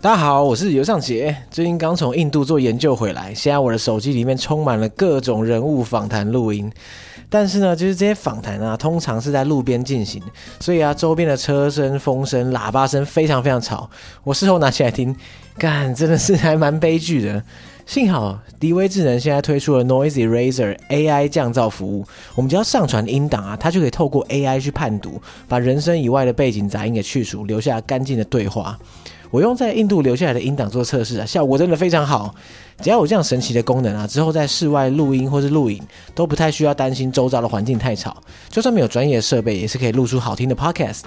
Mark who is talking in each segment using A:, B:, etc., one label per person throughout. A: 大家好，我是尤尚杰，最近刚从印度做研究回来，现在我的手机里面充满了各种人物访谈录音。但是呢，就是这些访谈啊，通常是在路边进行，所以啊，周边的车声、风声、喇叭声非常非常吵。我事后拿起来听，干，真的是还蛮悲剧的。幸好迪威智能现在推出了 Noise Eraser AI 降噪服务，我们只要上传音档啊，它就可以透过 AI 去判读，把人声以外的背景杂音给去除，留下干净的对话。我用在印度留下来的音档做测试啊，效果真的非常好。只要有这样神奇的功能啊，之后在室外录音或是录影都不太需要担心周遭的环境太吵，就算没有专业的设备，也是可以录出好听的 podcast。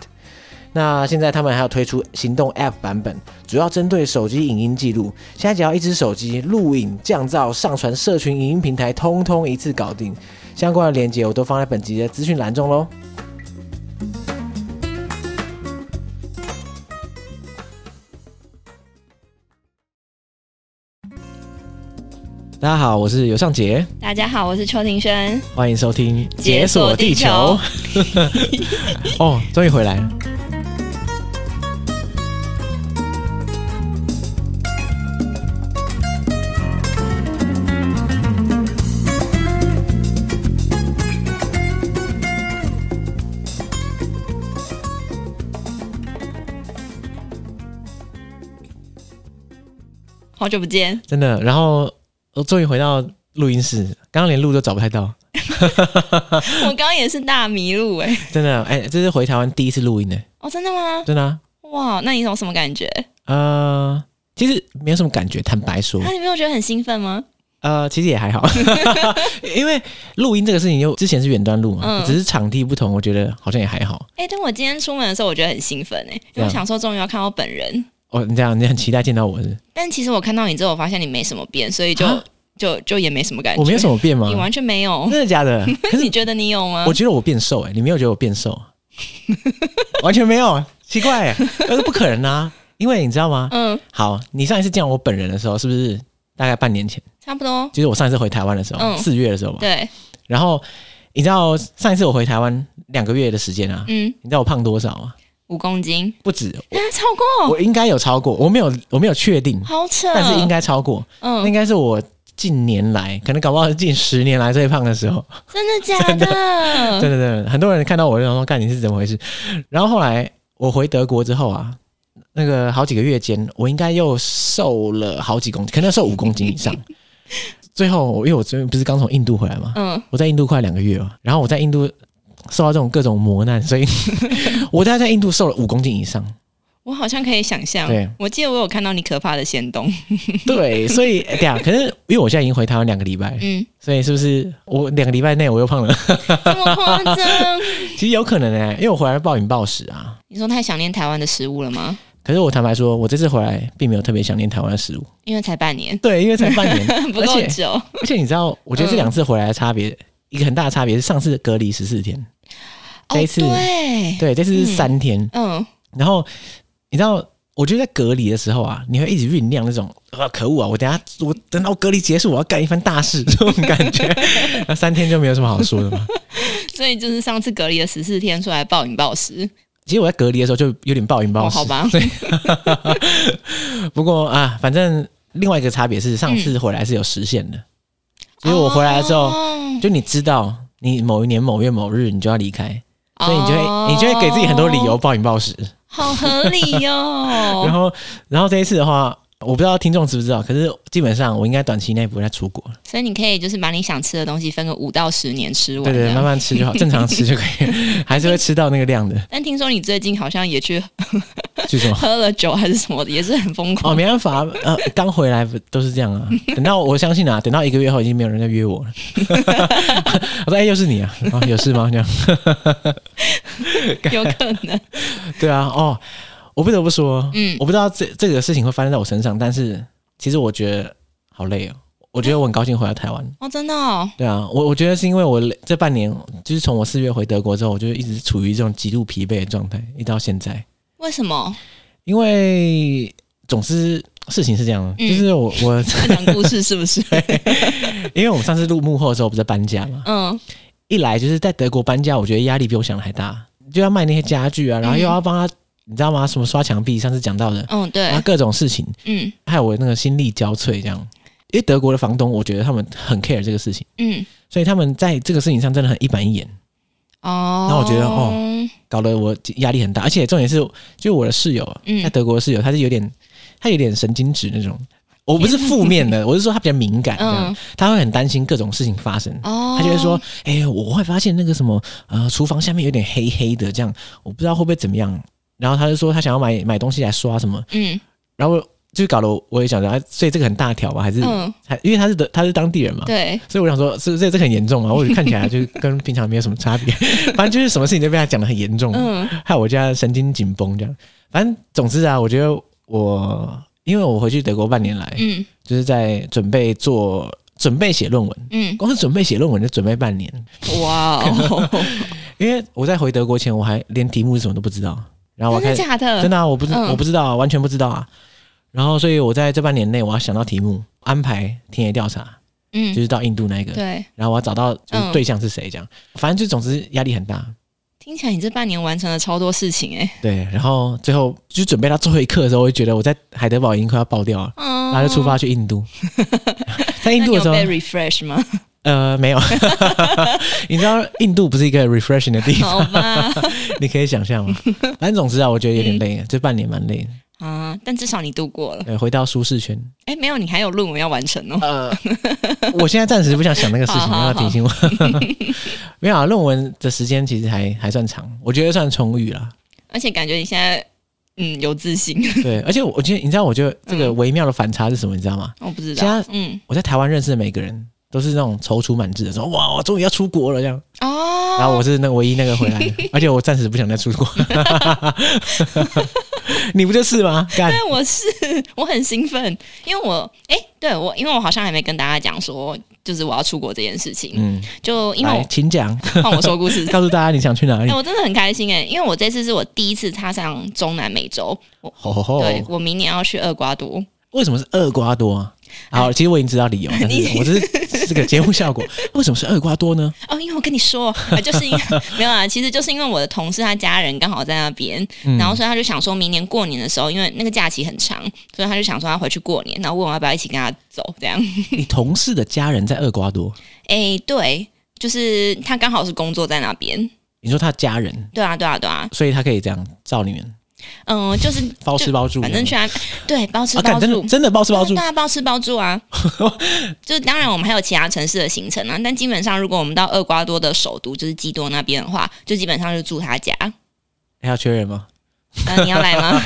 A: 那现在他们还要推出行动 App 版本，主要针对手机影音记录。现在只要一只手机录影、降噪、上传社群影音平台，通通一次搞定。相关的链接我都放在本集的资讯栏中喽。大家好，我是尤尚杰，
B: 大家好，我是邱庭轩。
A: 欢迎收听《
B: 解锁地球》
A: 哦，终于回来了。
B: 好久不见，
A: 真的。然后我终于回到录音室，刚刚连路都找不太到，
B: 我刚刚也是大迷路哎、
A: 真的。哎、这是回台湾第一次录音呢，
B: 哦，真的吗？
A: 真的、啊。
B: 哇，那你有什么感觉？
A: 呃，其实没有什么感觉，坦白说
B: 那、，啊你没有觉得很兴奋吗？
A: 呃，其实也还好， 因为录音这个事情就之前是远端录嘛，
B: 嗯
A: 只是场地不同，我觉得好像也还好。
B: 哎、但我今天出门的时候，我觉得很兴奋哎、因
A: 这
B: 为
A: 样
B: 我想说终于要看到本人。
A: 哦，你这样，你很期待见到我是不是
B: 但其实我看到你之后，我发现你没什么变，所以就、
A: 啊
B: 就就也没什么感觉。
A: 我没有什么变吗
B: 你？完全没有。
A: 真的假 的？可是
B: 你觉得你有吗
A: 我？觉得我变瘦哎、你没有觉得我变 瘦？完全没有，奇怪、欸，那是不可能啊！因为你知道吗？
B: 嗯，
A: 好，你上一次见我本人的时候，是不是大概半年前？
B: 差不多。
A: 就是我上一次回台湾的时候，
B: 嗯
A: 四、月的时候嘛。
B: 对，
A: 然后你知道上一次我回台湾两个月的时间啊，
B: 嗯，
A: 你知道我胖多少吗？
B: 五公斤
A: 不止，
B: 啊，超过，
A: 我应该有超过，我没有，我没有确定，
B: 好扯。
A: 但是应该超过，那
B: 啊嗯
A: 应，该是我近年来，可能搞不好是近十年来最胖的时候。
B: 真的假 的？
A: 对对对，很多人看到我就想说，干你是怎么回事？然后后来我回德国之后啊，那个好几个月间，我应该又瘦了好几公斤，可能瘦五公斤以上。最后，因为我最近不是刚从印度回来嘛，
B: 嗯，
A: 我在印度快两个月了，然后我在印度受到这种各种磨难，所以我大概在印度瘦了五公斤以上。
B: 我好像可以想象
A: 对。
B: 我记得我有看到你可怕的仙洞。
A: 对，所以哎对啊，可是因为我现在已经回台湾两个礼拜，
B: 嗯，
A: 所以是不是我两个礼拜内我又胖了？
B: 这么夸张？
A: 其实有可能哎、因为我回来暴饮暴食啊，
B: 你说太想念台湾的食物了吗？
A: 可是我坦白说，我这次回来并没有特别想念台湾的食物。
B: 因为才半年，
A: 对，因为才半年，
B: 不
A: 而
B: 够
A: 且
B: 久。
A: 而且你知道，我觉得这两次回来的差别，一个很大的差别是上次隔离十四天，这一次
B: 哦、对，
A: 对，这次是三天。
B: 嗯，
A: 然后你知道，我觉得在隔离的时候啊，你会一直酝酿那种啊，可恶啊！我等下我等到隔离结束，我要干一番大事这种感觉。那三天就没有什么好说的 嘛。
B: 所以就是上次隔离了十四天出来暴饮暴食，
A: 其实我在隔离的时候就有点暴饮暴
B: 哦，
A: 食，
B: 好吧，
A: 不过啊，反正另外一个差别是上次回来是有实现的， 所以我回来之后。
B: 哦
A: 就你知道，你某一年某月某日你就要离开，所以你就会、你就会给自己很多理由，暴饮暴食。
B: 哦好合理哦哟、
A: 然 后，然后这一次的话，我不知道听众知不知道，可是基本上我应该短期内不会再出国了。
B: 所以你可以就是把你想吃的东西分个五到十年吃完，
A: 对对，
B: 这样
A: 慢慢吃就好，正常吃就可以 了，还是会吃到那个量的。
B: 但听说你最近好像也去
A: 据说
B: 喝了酒还是什么的，也是很疯
A: 哦，
B: 狂。
A: 没办法，呃，刚回来不都是这样啊？等到我相信啊，等到一个月后已经没有人再约我了。 我说，哎、又是你啊？啊，有事吗？这样哦
B: 有可能，
A: 对啊，哦，我不得不说，
B: 嗯
A: 我不知道这这个事情会发生在我身上，但是其实我觉得好累哦。我觉得我很高兴回到台湾。
B: 哦，真的哦，
A: 对啊，我我觉得是因为我累这半年，就是从我四月回德国之后，我就一直处于这种极度疲惫的状态，一直到现在。
B: 为什么？
A: 因为总之事情是这样的，
B: 嗯
A: 就是我我
B: 在讲故事是不是？
A: 因为我们上次录幕后的时候不是在搬家嘛，
B: 嗯，
A: 一来就是在德国搬家，我觉得压力比我想的还大，就要卖那些家具啊，然后又要帮他你知道吗？什么刷墙壁，上次讲到的，
B: 嗯，
A: 然后
B: 对，
A: 各种事情，
B: 嗯
A: 害我那个心力交瘁这样。因为德国的房东，我觉得他们很 care 这个事情，
B: 嗯，
A: 所以他们在这个事情上真的很一板一眼，
B: 哦，
A: 那我觉得哦，搞得我压力很大。而且重点是，就我的室友，
B: 嗯
A: 在德国的室友，他是有点，他有点神经质那种。我不是负面 的，我是说他比较敏感，这样
B: 嗯，
A: 他会很担心各种事情发生。
B: 哦，
A: 他就会说：“哎、我会发现那个什么，呃，厨房下面有点黑黑的，这样我不知道会不会怎么样。”然后他就说他想要买买东西来刷什么，
B: 嗯
A: 然后就搞得我我也想着，啊，所以这个很大条吧，还是、啊
B: 嗯，
A: 还因为他是德他是当地人嘛，
B: 对，
A: 所以我想说，是这这个很严重嘛，我看起来 就跟平常没有什么差别，反正就是什么事情都被他讲的很严重，
B: 嗯
A: 害我家神经紧绷这样。反正总之啊，我觉得我因为我回去德国半年来，
B: 嗯
A: 就是在准备做准备写论文，
B: 嗯，
A: 光是准备写论文就准备半年。
B: 哇 哦，
A: 因为我在回德国前，我还连题目是什么都不知道，然后我
B: 真
A: 开
B: 的
A: 始
B: 假的？
A: 真的、啊、我不知、
B: 嗯
A: 我不知道、啊，完全不知道啊。然后，所以我在这半年内，我要想到题目，安排田野调查，就
B: 嗯，
A: 是到印度那一个，
B: 对，
A: 然后我要找到就是
B: 嗯
A: 对象是谁，这样，反正就总之压力很大。
B: 听起来你这半年完成了超多事情哎，
A: 对，然后最后就准备到最后一刻的时候，我就觉得我在海德堡已经快要爆掉了，
B: 嗯，
A: 然后就出发去印度。在印
B: 那
A: 度的
B: 你有
A: 时候，
B: 被 refresh 吗？
A: 呃， 没有，你知道印度不是一个 refreshing 的地方，
B: 好吧，
A: 你可以想象吗？反正总之啊，我觉得有点累，
B: 嗯
A: 这半年蛮累的。
B: 啊，但至少你度过了。
A: 对，回到舒适圈。
B: 哎，没有，你还有论文要完成哦。
A: 呃， 我现在暂时不想想那个事情，
B: 好好
A: 让他提醒我。 没有啊，论文的时间其实还还算长，我觉得算充裕啦。
B: 而且感觉你现在嗯有自信，
A: 对，而且我觉得，你知道，我觉得这
B: 嗯
A: 个微妙的反差是什么？你知道吗？
B: 我不知
A: 现
B: 道
A: 在。
B: 嗯，
A: 我在台湾认识的每个人都是那种踌躇满志的，说哇，我终于要出国了这样。
B: 哦，
A: 然后我是那个唯一那个回来 的，而且我暂时不想再出国。 你不就是吗？干，
B: 但我是我很兴奋，因为我哎、对我，因为我好像还没跟大家讲说，就是我要出国这件事情，
A: 嗯，
B: 就因为
A: 来，
B: 我
A: 请讲，。
B: 换我说故事
A: 告诉大家你想去哪
B: 哎、
A: 里。
B: 我真的很开心哎、因为我这次是我第一次踏上中南美洲，我
A: 吼吼吼！
B: 对我明年要去厄瓜多，
A: 为什么是厄瓜多啊？好，其实我已经知道 理由，但是我这是这个节目效果。 为什么是厄瓜多 呢？
B: 哦，因为我跟你说， 啊、就是因为没有啊，其实就是因为我的同事他家人刚好在那边，
A: 嗯
B: 然后所以他就想说明年过年的时候，因为那个假期很长，所以他就想说他回去过年，然后问我要不要一起跟他走这样。
A: 你同事的家人在厄瓜多，
B: 哎、对，就是他刚好是工作在那边，
A: 你说他家人，
B: 对啊，对啊，对啊，
A: 所以他可以这样照你们
B: 嗯、就是
A: 包吃包住，
B: 反正去他对包吃
A: 啊，
B: 包
A: 干真
B: 住
A: 的。真的包吃包住
B: 对。啊，包吃包住 啊！就是当然，我们还有其他城市的行程啊，但基本上如果我们到厄瓜多的首都就是基多那边的话，就基本上就住他家。
A: 还哎要缺人吗？
B: 呃，你要来吗？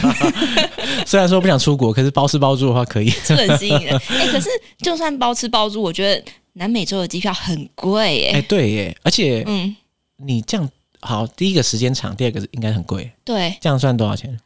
A: 虽然说不想出国，可是包吃包住的话可以。
B: 是很吸引人。哎、可是就算包吃包住，我觉得南美洲的机票很贵耶、
A: 哎，对耶，而且
B: 嗯，
A: 你这样好，第一个时间长，第二个应该很贵，
B: 对
A: 这样算多少钱？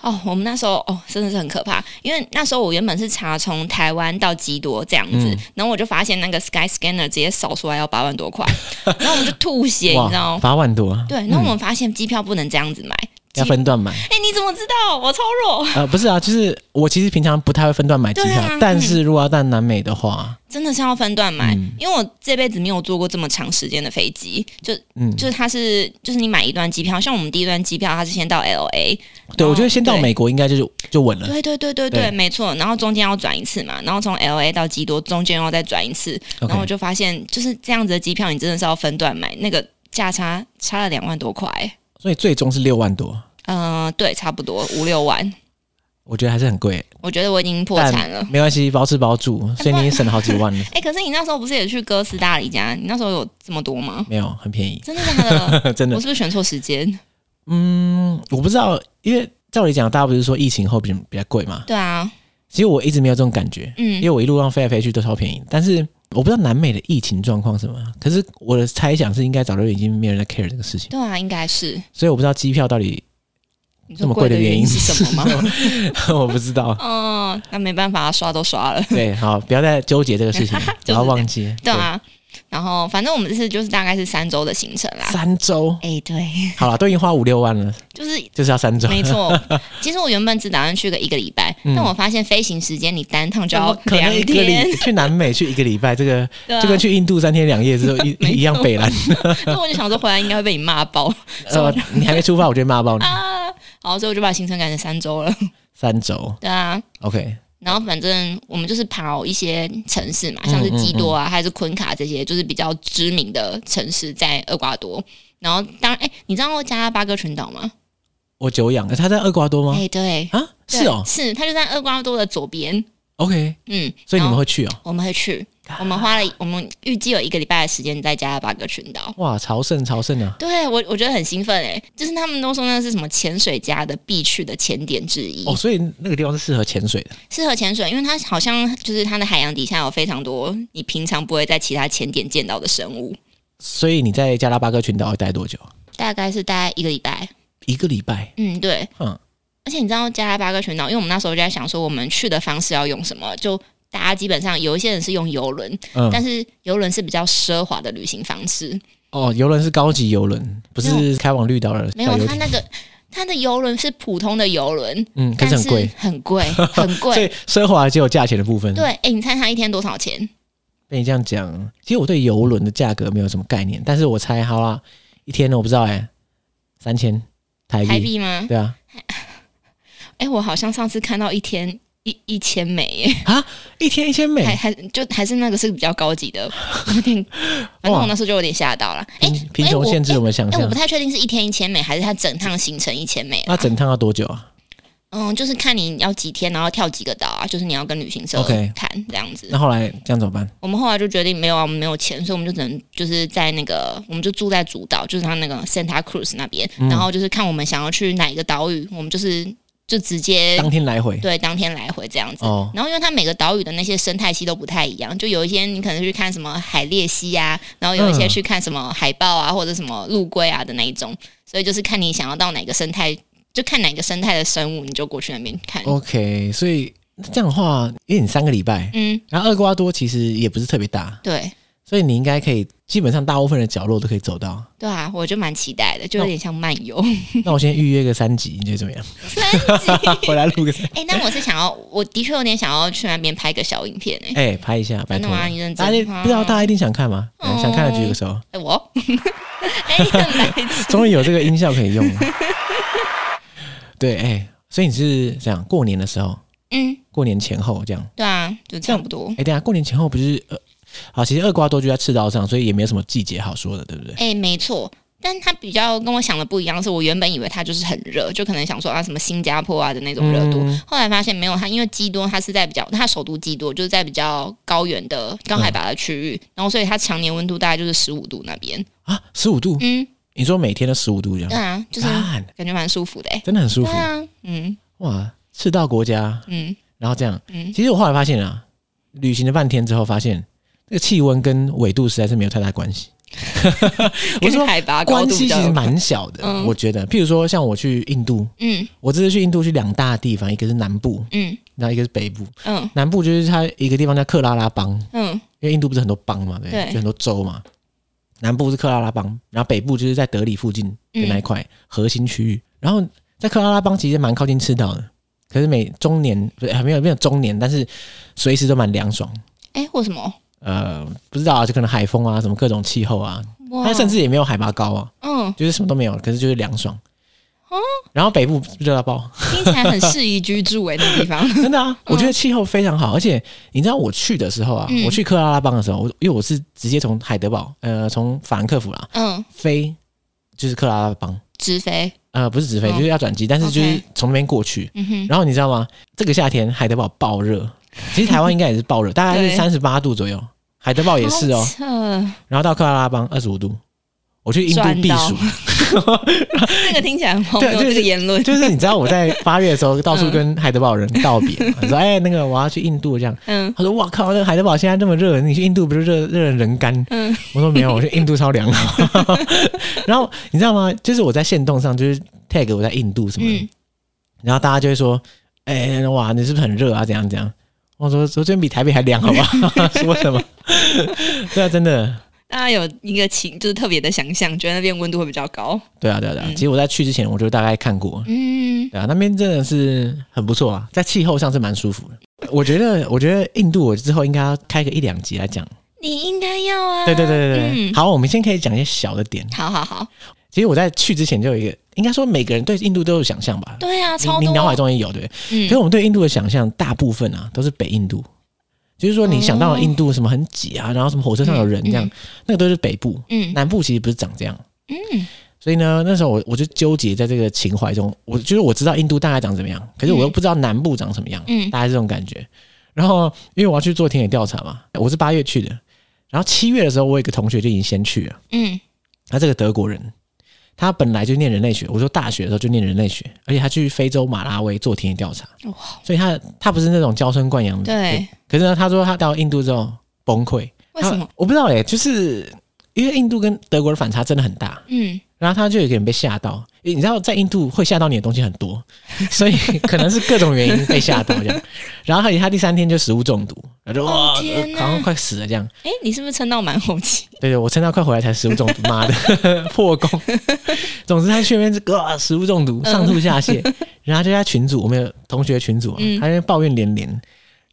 B: 哦，我们那时候哦真的是很可怕，因为那时候我原本是查从台湾到基多这样子，然后我就发现那个 Sky Scanner 直接扫出来要八万 多块，然后我们就吐血，你知道吗？
A: 八万多啊，
B: 哦对，然后我们发现机票不能这样子买。
A: 要分段买。
B: 哎、你怎么知道？我超弱，
A: 呃，不是啊，就是我其实平常不太会分段买机
B: 对
A: 票，
B: 啊嗯
A: 但是如果要到南美的话，
B: 真的是要分段买，因为我这辈子没有坐过这么长时间的飞机，就
A: 嗯，
B: 就是它是就是你买一段机票，像我们第一段机票，它是先到 L A，
A: 对，
B: 哦
A: 我觉得先到
B: 对
A: 美国应该就是就稳了。
B: 对对对对
A: 对
B: 对，没错。然后中间要转一次嘛，然后从 L A 到基多中间要再转一次，然后我
A: OK，
B: 就发现就是这样子的机票，你真的是要分段买，那个价差差了两万多块。
A: 所以最终是六万多，
B: 嗯、对，差不多五六万，
A: 我觉得还是很 贵，
B: 我觉得我已经破产了。
A: 但。没关系，包吃包住，所以你也省了好几万了
B: 哎、可是你那时候不是也去哥斯达黎加？你那时候有这么多吗？
A: 没有，很便宜，
B: 真的假的？
A: 真的
B: 我。是不是选错时间？
A: 嗯，我不知道，因为照理讲，大家不是说疫情后比比较贵嘛？
B: 对啊，
A: 其实我一直没有这种感觉，因
B: 嗯
A: 为我一路上飞来飞去都超便宜。但是我不知道南美的疫情状况是什么样，可是我的猜想是应该早就已经没有人在 care 这个事情，
B: 对啊，应该是。
A: 所以我不知道机票到底
B: 你
A: 这
B: 说
A: 么贵的
B: 的
A: 原因
B: 因是什么吗？
A: 我不知道。
B: 嗯，那没办法，刷都刷了。
A: 对，好，不要再纠结这个事 情，不
B: 这
A: 要
B: 样
A: 忘记。
B: 对啊，然后反正我们这次就是大概是三周的行程啦
A: 对，。三周，
B: 哎、对，
A: 好了，都已经花五六万了，
B: 就是
A: 就是要三周。
B: 没错，其实我原本只打算去个一个礼拜，但我发现飞行时间你单趟
A: 怎
B: 就要
A: 么嗯哦可能
B: 两
A: 一个
B: 天，
A: 礼去南美去一个礼拜，这个、
B: 对啊
A: 就跟去印度三天两夜之后一
B: 没错
A: 一样 北蓝。
B: 所以我就想说回来应该会被你骂爆
A: 呃，你还没出发，我就会骂爆你。
B: 啊！然后所以我就把行程改成三周了。
A: 三周
B: 对啊，
A: ，OK，
B: 然后反正我们就是跑一些城市
A: 嗯
B: 嘛，像是基多啊，还是昆卡这些，就是比较知名的城市在厄瓜多。然后当然，哎、你知道加拉巴哥群岛吗？
A: 我久仰。呃他在厄瓜多吗
B: 哎、？对，
A: 啊，是哦
B: 对是它就在厄瓜多的左边。
A: ，OK，
B: 嗯，
A: 所以你
B: 然
A: 们
B: 后
A: 会去哦？
B: 我们会去，我们花了我们预计有一个礼拜的时间在加拉巴哥群岛。
A: 哇，朝圣朝圣啊！
B: 对我，我觉得很兴奋哎、就是他们都说那是什么潜水家的必去的潜点之一，
A: 哦，所以那个地方是适合潜水的。
B: 适合潜水，因为它好像就是它的海洋底下有非常多你平常不会在其他潜点见到的生物。
A: 所以你在加拉巴哥群岛会待多久？
B: 大概是大概一个礼拜。
A: 一个礼拜。
B: 嗯，对。
A: 嗯，
B: 而且你知道加拉巴哥群岛，因为我们那时候就在想说，我们去的方式要用什么？就大家基本上有一些人是用游轮，
A: 嗯
B: 但是游轮是比较奢华的旅行方式。
A: 哦，游轮是高级游轮，不
B: 没
A: 是开往绿岛的
B: 没
A: 小
B: 有，啊
A: 游
B: 它
A: 艇
B: 那个它的游轮是普通的游轮，
A: 嗯，可
B: 但
A: 是
B: 是
A: 很贵，
B: 很贵， 很
A: 所以奢
B: 贵。
A: 华只有价钱的部分。
B: 对，，哎、你猜它一天多少钱？
A: 被你这样讲，其实我对游轮的价格没有什么概念，但是我猜好啦，一天呢我不知道哎、三千台币。
B: 台币吗？
A: 对啊，
B: 哎、我好像上次看到一天一一千美耶，哎
A: 一天一千
B: 还
A: 美，
B: 还就还是那个是比较高级 的，有点，反正我那时候就有点吓到了。哎、
A: 贫贫穷
B: 我
A: 限制我们想
B: 哎、我
A: 象
B: 不。太确定是一天一千美，还是他整趟行程一千美、
A: 那整趟要多久啊？
B: 嗯，就是看你要几天，然后跳几个岛啊，就是你要跟旅行社
A: OK
B: 谈这样子。
A: 那后来这样怎么办？
B: 我们后来就决定没有啊，我们没有钱，所以我们就只能就是在那个，我们就住在主岛，就是他那个 Santa Cruz 那边，
A: 嗯
B: 然后就是看我们想要去哪一个岛屿，我们就是就直接
A: 当天来回
B: 对当天来回这样子。
A: 哦，
B: 然后，因为它每个岛屿的那些生态系都不太一样，就有一些你可能去看什么海鬣蜥啊，然后有一些
A: 嗯
B: 去看什么海豹啊，或者什么陆龟啊的那一种，所以就是看你想要到哪个生态，就看哪个生态的生物，你就过去那边看。
A: 哦 OK，所以那这样的话，因为你三个礼拜，
B: 嗯，
A: 然后厄瓜多其实也不是特别大，
B: 对
A: 所以你应该可以基本上大部分的角落都可以走 到。
B: 对啊，我就蛮期待的，就有点像漫游。
A: 那我先预约个三集，你觉得怎么样？
B: 三级，
A: 回来录个 三，
B: 哎、但我是想要，我的确有点想要去那边拍个小影片哎、
A: 哎、拍一下，拜
B: 真的
A: 托了。
B: 吗？你认真
A: 大家一定
B: 吗？
A: 不知道，大家一定想看吗？
B: 哦
A: 想看的举个手。
B: 哎、我， 哎、你很白痴。
A: 终于有这个音效可以用了。对，哎、所以你是这样，过年的时候，
B: 嗯，
A: 过年前后这样。
B: 对啊，就差不多
A: 哎、。等一下过年前后不是呃，好，其实厄瓜多就在赤道上，所以也没有什么季节好说的，对不对？
B: 哎、没错，但它比较跟我想的不一样，是我原本以为它就是很热，就可能想说啊什么新加坡啊的那种热度，
A: 嗯
B: 后来发现没有它，因为基多它是在比较它首都基多就是在比较高原的高海拔的区域，
A: 嗯
B: 然后所以它常年温度大概就是十五度那边，
A: 啊，十五度，
B: 嗯，
A: 你说每天都十五度这
B: 对
A: 样，
B: 啊，就是
A: 干
B: 感觉蛮舒服的、欸，
A: 真的很舒
B: 对
A: 服
B: 啊，嗯
A: 哇！赤道国家，
B: 嗯
A: 然后这样，
B: 嗯，
A: 其实我后来发现啊，旅行了半天之后，发现这个气温跟纬度实在是没有太大关系。我
B: 跟
A: 说
B: 海拔啊高
A: 关
B: 度
A: 系
B: 比
A: 其
B: 较
A: 实
B: 有关，
A: 蛮小的，
B: 嗯
A: 我觉得。譬如说，像我去印度，
B: 嗯
A: 我这次去印度去两大地方，一个是南部，
B: 嗯
A: 然后一个是北部。
B: 嗯
A: 南部就是它一个地方叫克拉拉邦，
B: 嗯
A: 因为印度不是很多邦嘛，对，
B: 对
A: 就很多州嘛。南部是克拉拉邦，然后北部就是在德里附近的那一块、
B: 嗯
A: 核心区域。然后在克拉拉邦其实蛮靠近赤道的，可是每中年不是还没有没有中年，但是随时都蛮凉爽。
B: 哎、为什么？
A: 呃，不知道啊，就可能海风啊，什么各种气候啊，
B: 哇
A: 它甚至也没有海拔高啊，
B: 嗯，
A: 就是什么都没有，可是就是凉爽。
B: 哦
A: 然后北部热到爆，
B: 听起来很适宜居住哎、那个地方，
A: 真的啊，我觉得气候非常好，而且你知道我去的时候啊，
B: 嗯
A: 我去克拉拉邦的时候，我因为我是直接从海德堡，呃，从法兰克福啦
B: 嗯，
A: 飞，就是克拉拉邦，
B: 直飞，
A: 呃，不是直飞，
B: 嗯
A: 就是要转机，但是就是从那边过去。
B: 嗯 哼，
A: 然后你知道吗？这个夏天海德堡爆热，其实台湾应该也是爆 热，大概是
B: 对
A: 三十八度左右，海德堡也是哦。
B: 哦。
A: 然后到克拉拉邦二十五度，我去印度避 暑，
B: 这个听起来很荒谬，
A: 对就是
B: 这个言 论。
A: 就是你知道我在八月的时候到处跟海德堡人道别嘛，说哎那个我要去印度这样。
B: 嗯
A: 他说：“哇靠，那个海德堡现在这么热，你去印度不是热热得人干
B: 嗯？”
A: 我说：“没有，我去印度超凉。”啊 然后你知道吗？就是我在线动上就是 tag 我在印度什么的，
B: 嗯，
A: 然后大家就会说：“哎、哇，你是不是很热啊？怎样怎样？”我说：“昨天比台北还凉，好吧？” 说什么？对啊，真的，
B: 大家有一个情，就是特别的想象，觉得那边温度会比较高。
A: 对啊，对啊，对啊。
B: 嗯
A: 其实我在去之前我就大概看过，
B: 嗯，
A: 对啊，那边真的是很不错啊，在气候上是蛮舒服的。我觉得，我觉得印度我之后应该要开个一两集来讲。
B: 你应该要啊。
A: 对对对对对，
B: 嗯，
A: 好，我们先可以讲一些小的点。
B: 好好好，
A: 其实我在去之前就有一个，应该说每个人对印度都有想象吧。
B: 对啊，超
A: 你
B: 多。
A: 你脑海中也有对不对，可
B: 嗯
A: 是，我们对印度的想象大部分啊都是北印度，就是说你想到的印度什么很挤啊，然后什么火车上有人这样，
B: 嗯嗯嗯
A: 那个都是北部，
B: 嗯
A: 南部其实不是长这样。
B: 嗯
A: 所以呢，那时候我我就纠结在这个情怀中，我就是我知道印度大概长怎么样，可是我又不知道南部长什么样，
B: 嗯
A: 大概是这种感觉。然后因为我要去做田野调查嘛，我是八月去的，然后七月的时候，我有一个同学就已经先去了，
B: 嗯
A: 他这个德国人，他本来就念人类学，我说大学的时候就念人类学，而且他去非洲马拉维做田野调查，
B: 嗯，哇，
A: 所以他他不是那种娇生惯养的，
B: 对，
A: 可是呢，他说他到印度之后崩溃，
B: 为什
A: 他
B: 么？
A: 我不知道哎、就是因为印度跟德国的反差真的很大，
B: 嗯，
A: 然后他就有点被吓到，诶你知道在印度会吓到你的东西很多，所以可能是各种原因被吓到这样。 然后他他第三天就食物中毒，然后就哇，
B: 哦
A: 呃
B: 天哪
A: 好像快死了这样。
B: 哎，你是不是撑到蛮 后期？
A: 对对，我撑到快回来才食物中毒，妈的 破功。 总之他去那边这啊食物中毒，
B: 嗯
A: 上吐下泻，然后他就在群组，我们有同学群组啊，
B: 嗯
A: 他在那边抱怨连连，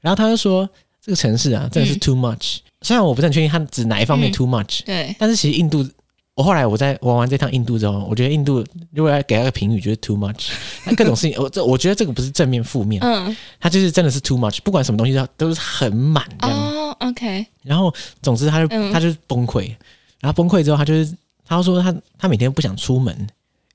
A: 然后他就说这个城市啊真的是
B: 嗯
A: too much，、虽然我不是很确定他指哪一方面
B: 嗯
A: too much，、
B: 对，
A: 但是其实印度，我后来我在玩完这趟印度之后，我觉得印度如果要给他个评语，就是 too much，那各种事情，我这我觉得这个不是正面负面，
B: 嗯，
A: 他就是真的是 too much，不管什么东西都都是很满这样。
B: 哦，OK，
A: 然后总之他就
B: 嗯
A: 他就是崩溃，然后崩溃之后他就是他说他他每天不想出门，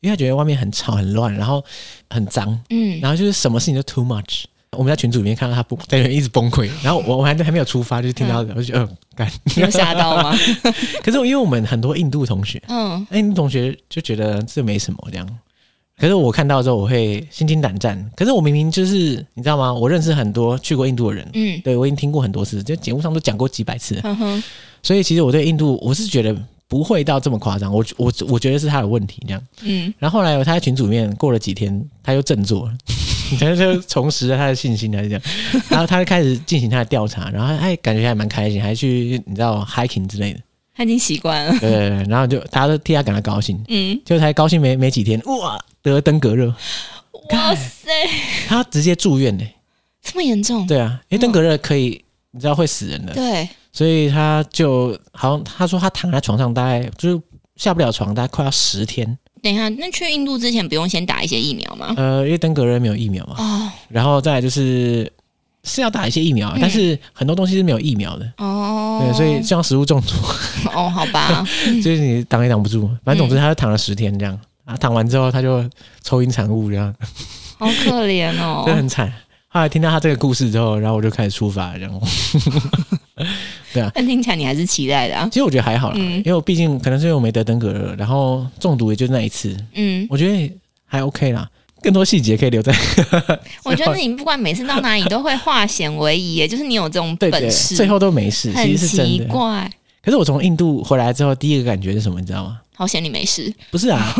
A: 因为他觉得外面很吵很乱，然后很脏，
B: 嗯，
A: 然后就是什么事情都 too much。我们在群组里面看到他崩，在那边一直崩溃，然后我我还还没有出发，就是听到的，我就觉得嗯，干。
B: 你有吓到 吗？
A: 可是我因为我们很多印度同学，
B: 嗯，
A: 哎、你同学就觉得这没什么这样。可是我看到之后，我会心惊胆战。可是我明明就是你知道吗？我认识很多去过印度的人，
B: 嗯，
A: 对我已经听过很多次，就节目上都讲过几百次了。
B: 嗯哼，
A: 所以其实我对印度，我是觉得不会到这么夸张。我我我觉得是他的问题这样。
B: 嗯，
A: 然后后来他在群组里面过了几天，他又振作了， 他就重拾了他的信心，还是这样。然后他就开始进行他的调查，然后哎，感觉还蛮开心，还去你知道 hiking 之类的。
B: 他已经习惯了。
A: 对对对，然后就大家都替他感到高兴。
B: 嗯，
A: 就才高兴没没几天，哇，得登革热，
B: 哇塞，
A: 他直接住院呢、
B: 这么严重？
A: 对啊，因为登革热可以，你知道会死人的，
B: 对，
A: 所以他就好像他说他躺在床上，大概就是下不了床，大概快要十天。
B: 等一下，那去印度之前不用先打一些疫苗吗？
A: 呃，因为登革热没有疫苗嘛，
B: 哦
A: 然后再来就是是要打一些疫苗啊，
B: 嗯
A: 但是很多东西是没有疫苗的。
B: 哦，
A: 对，所以像食物中毒，
B: 哦，好 吧，
A: 就是你挡也挡不住。反正总之，
B: 嗯
A: 他就躺了十天这样。啊，躺完之后他就抽烟产物这样，
B: 好可怜 哦
A: 真。的很惨。后来听到他这个故事之后，然后我就开始出发了，然后
B: 但听起来你还是期待的啊。
A: 其实我觉得还好啦，
B: 嗯
A: 因为我毕竟可能是因为我没得登革热，然后中毒也就那一次，
B: 嗯，
A: 我觉得还 OK 啦。更多细节可以留在
B: 我觉得你不管每次到哪里，你都会化险为夷耶，就是你有这种
A: 对对，
B: 本事，
A: 最后都没事，
B: 很
A: 其实是真
B: 奇
A: 的。
B: 怪。
A: 可是我从印度回来之后，第一个感觉是什么，你知道吗？
B: 好险你 没事。
A: 不是啊，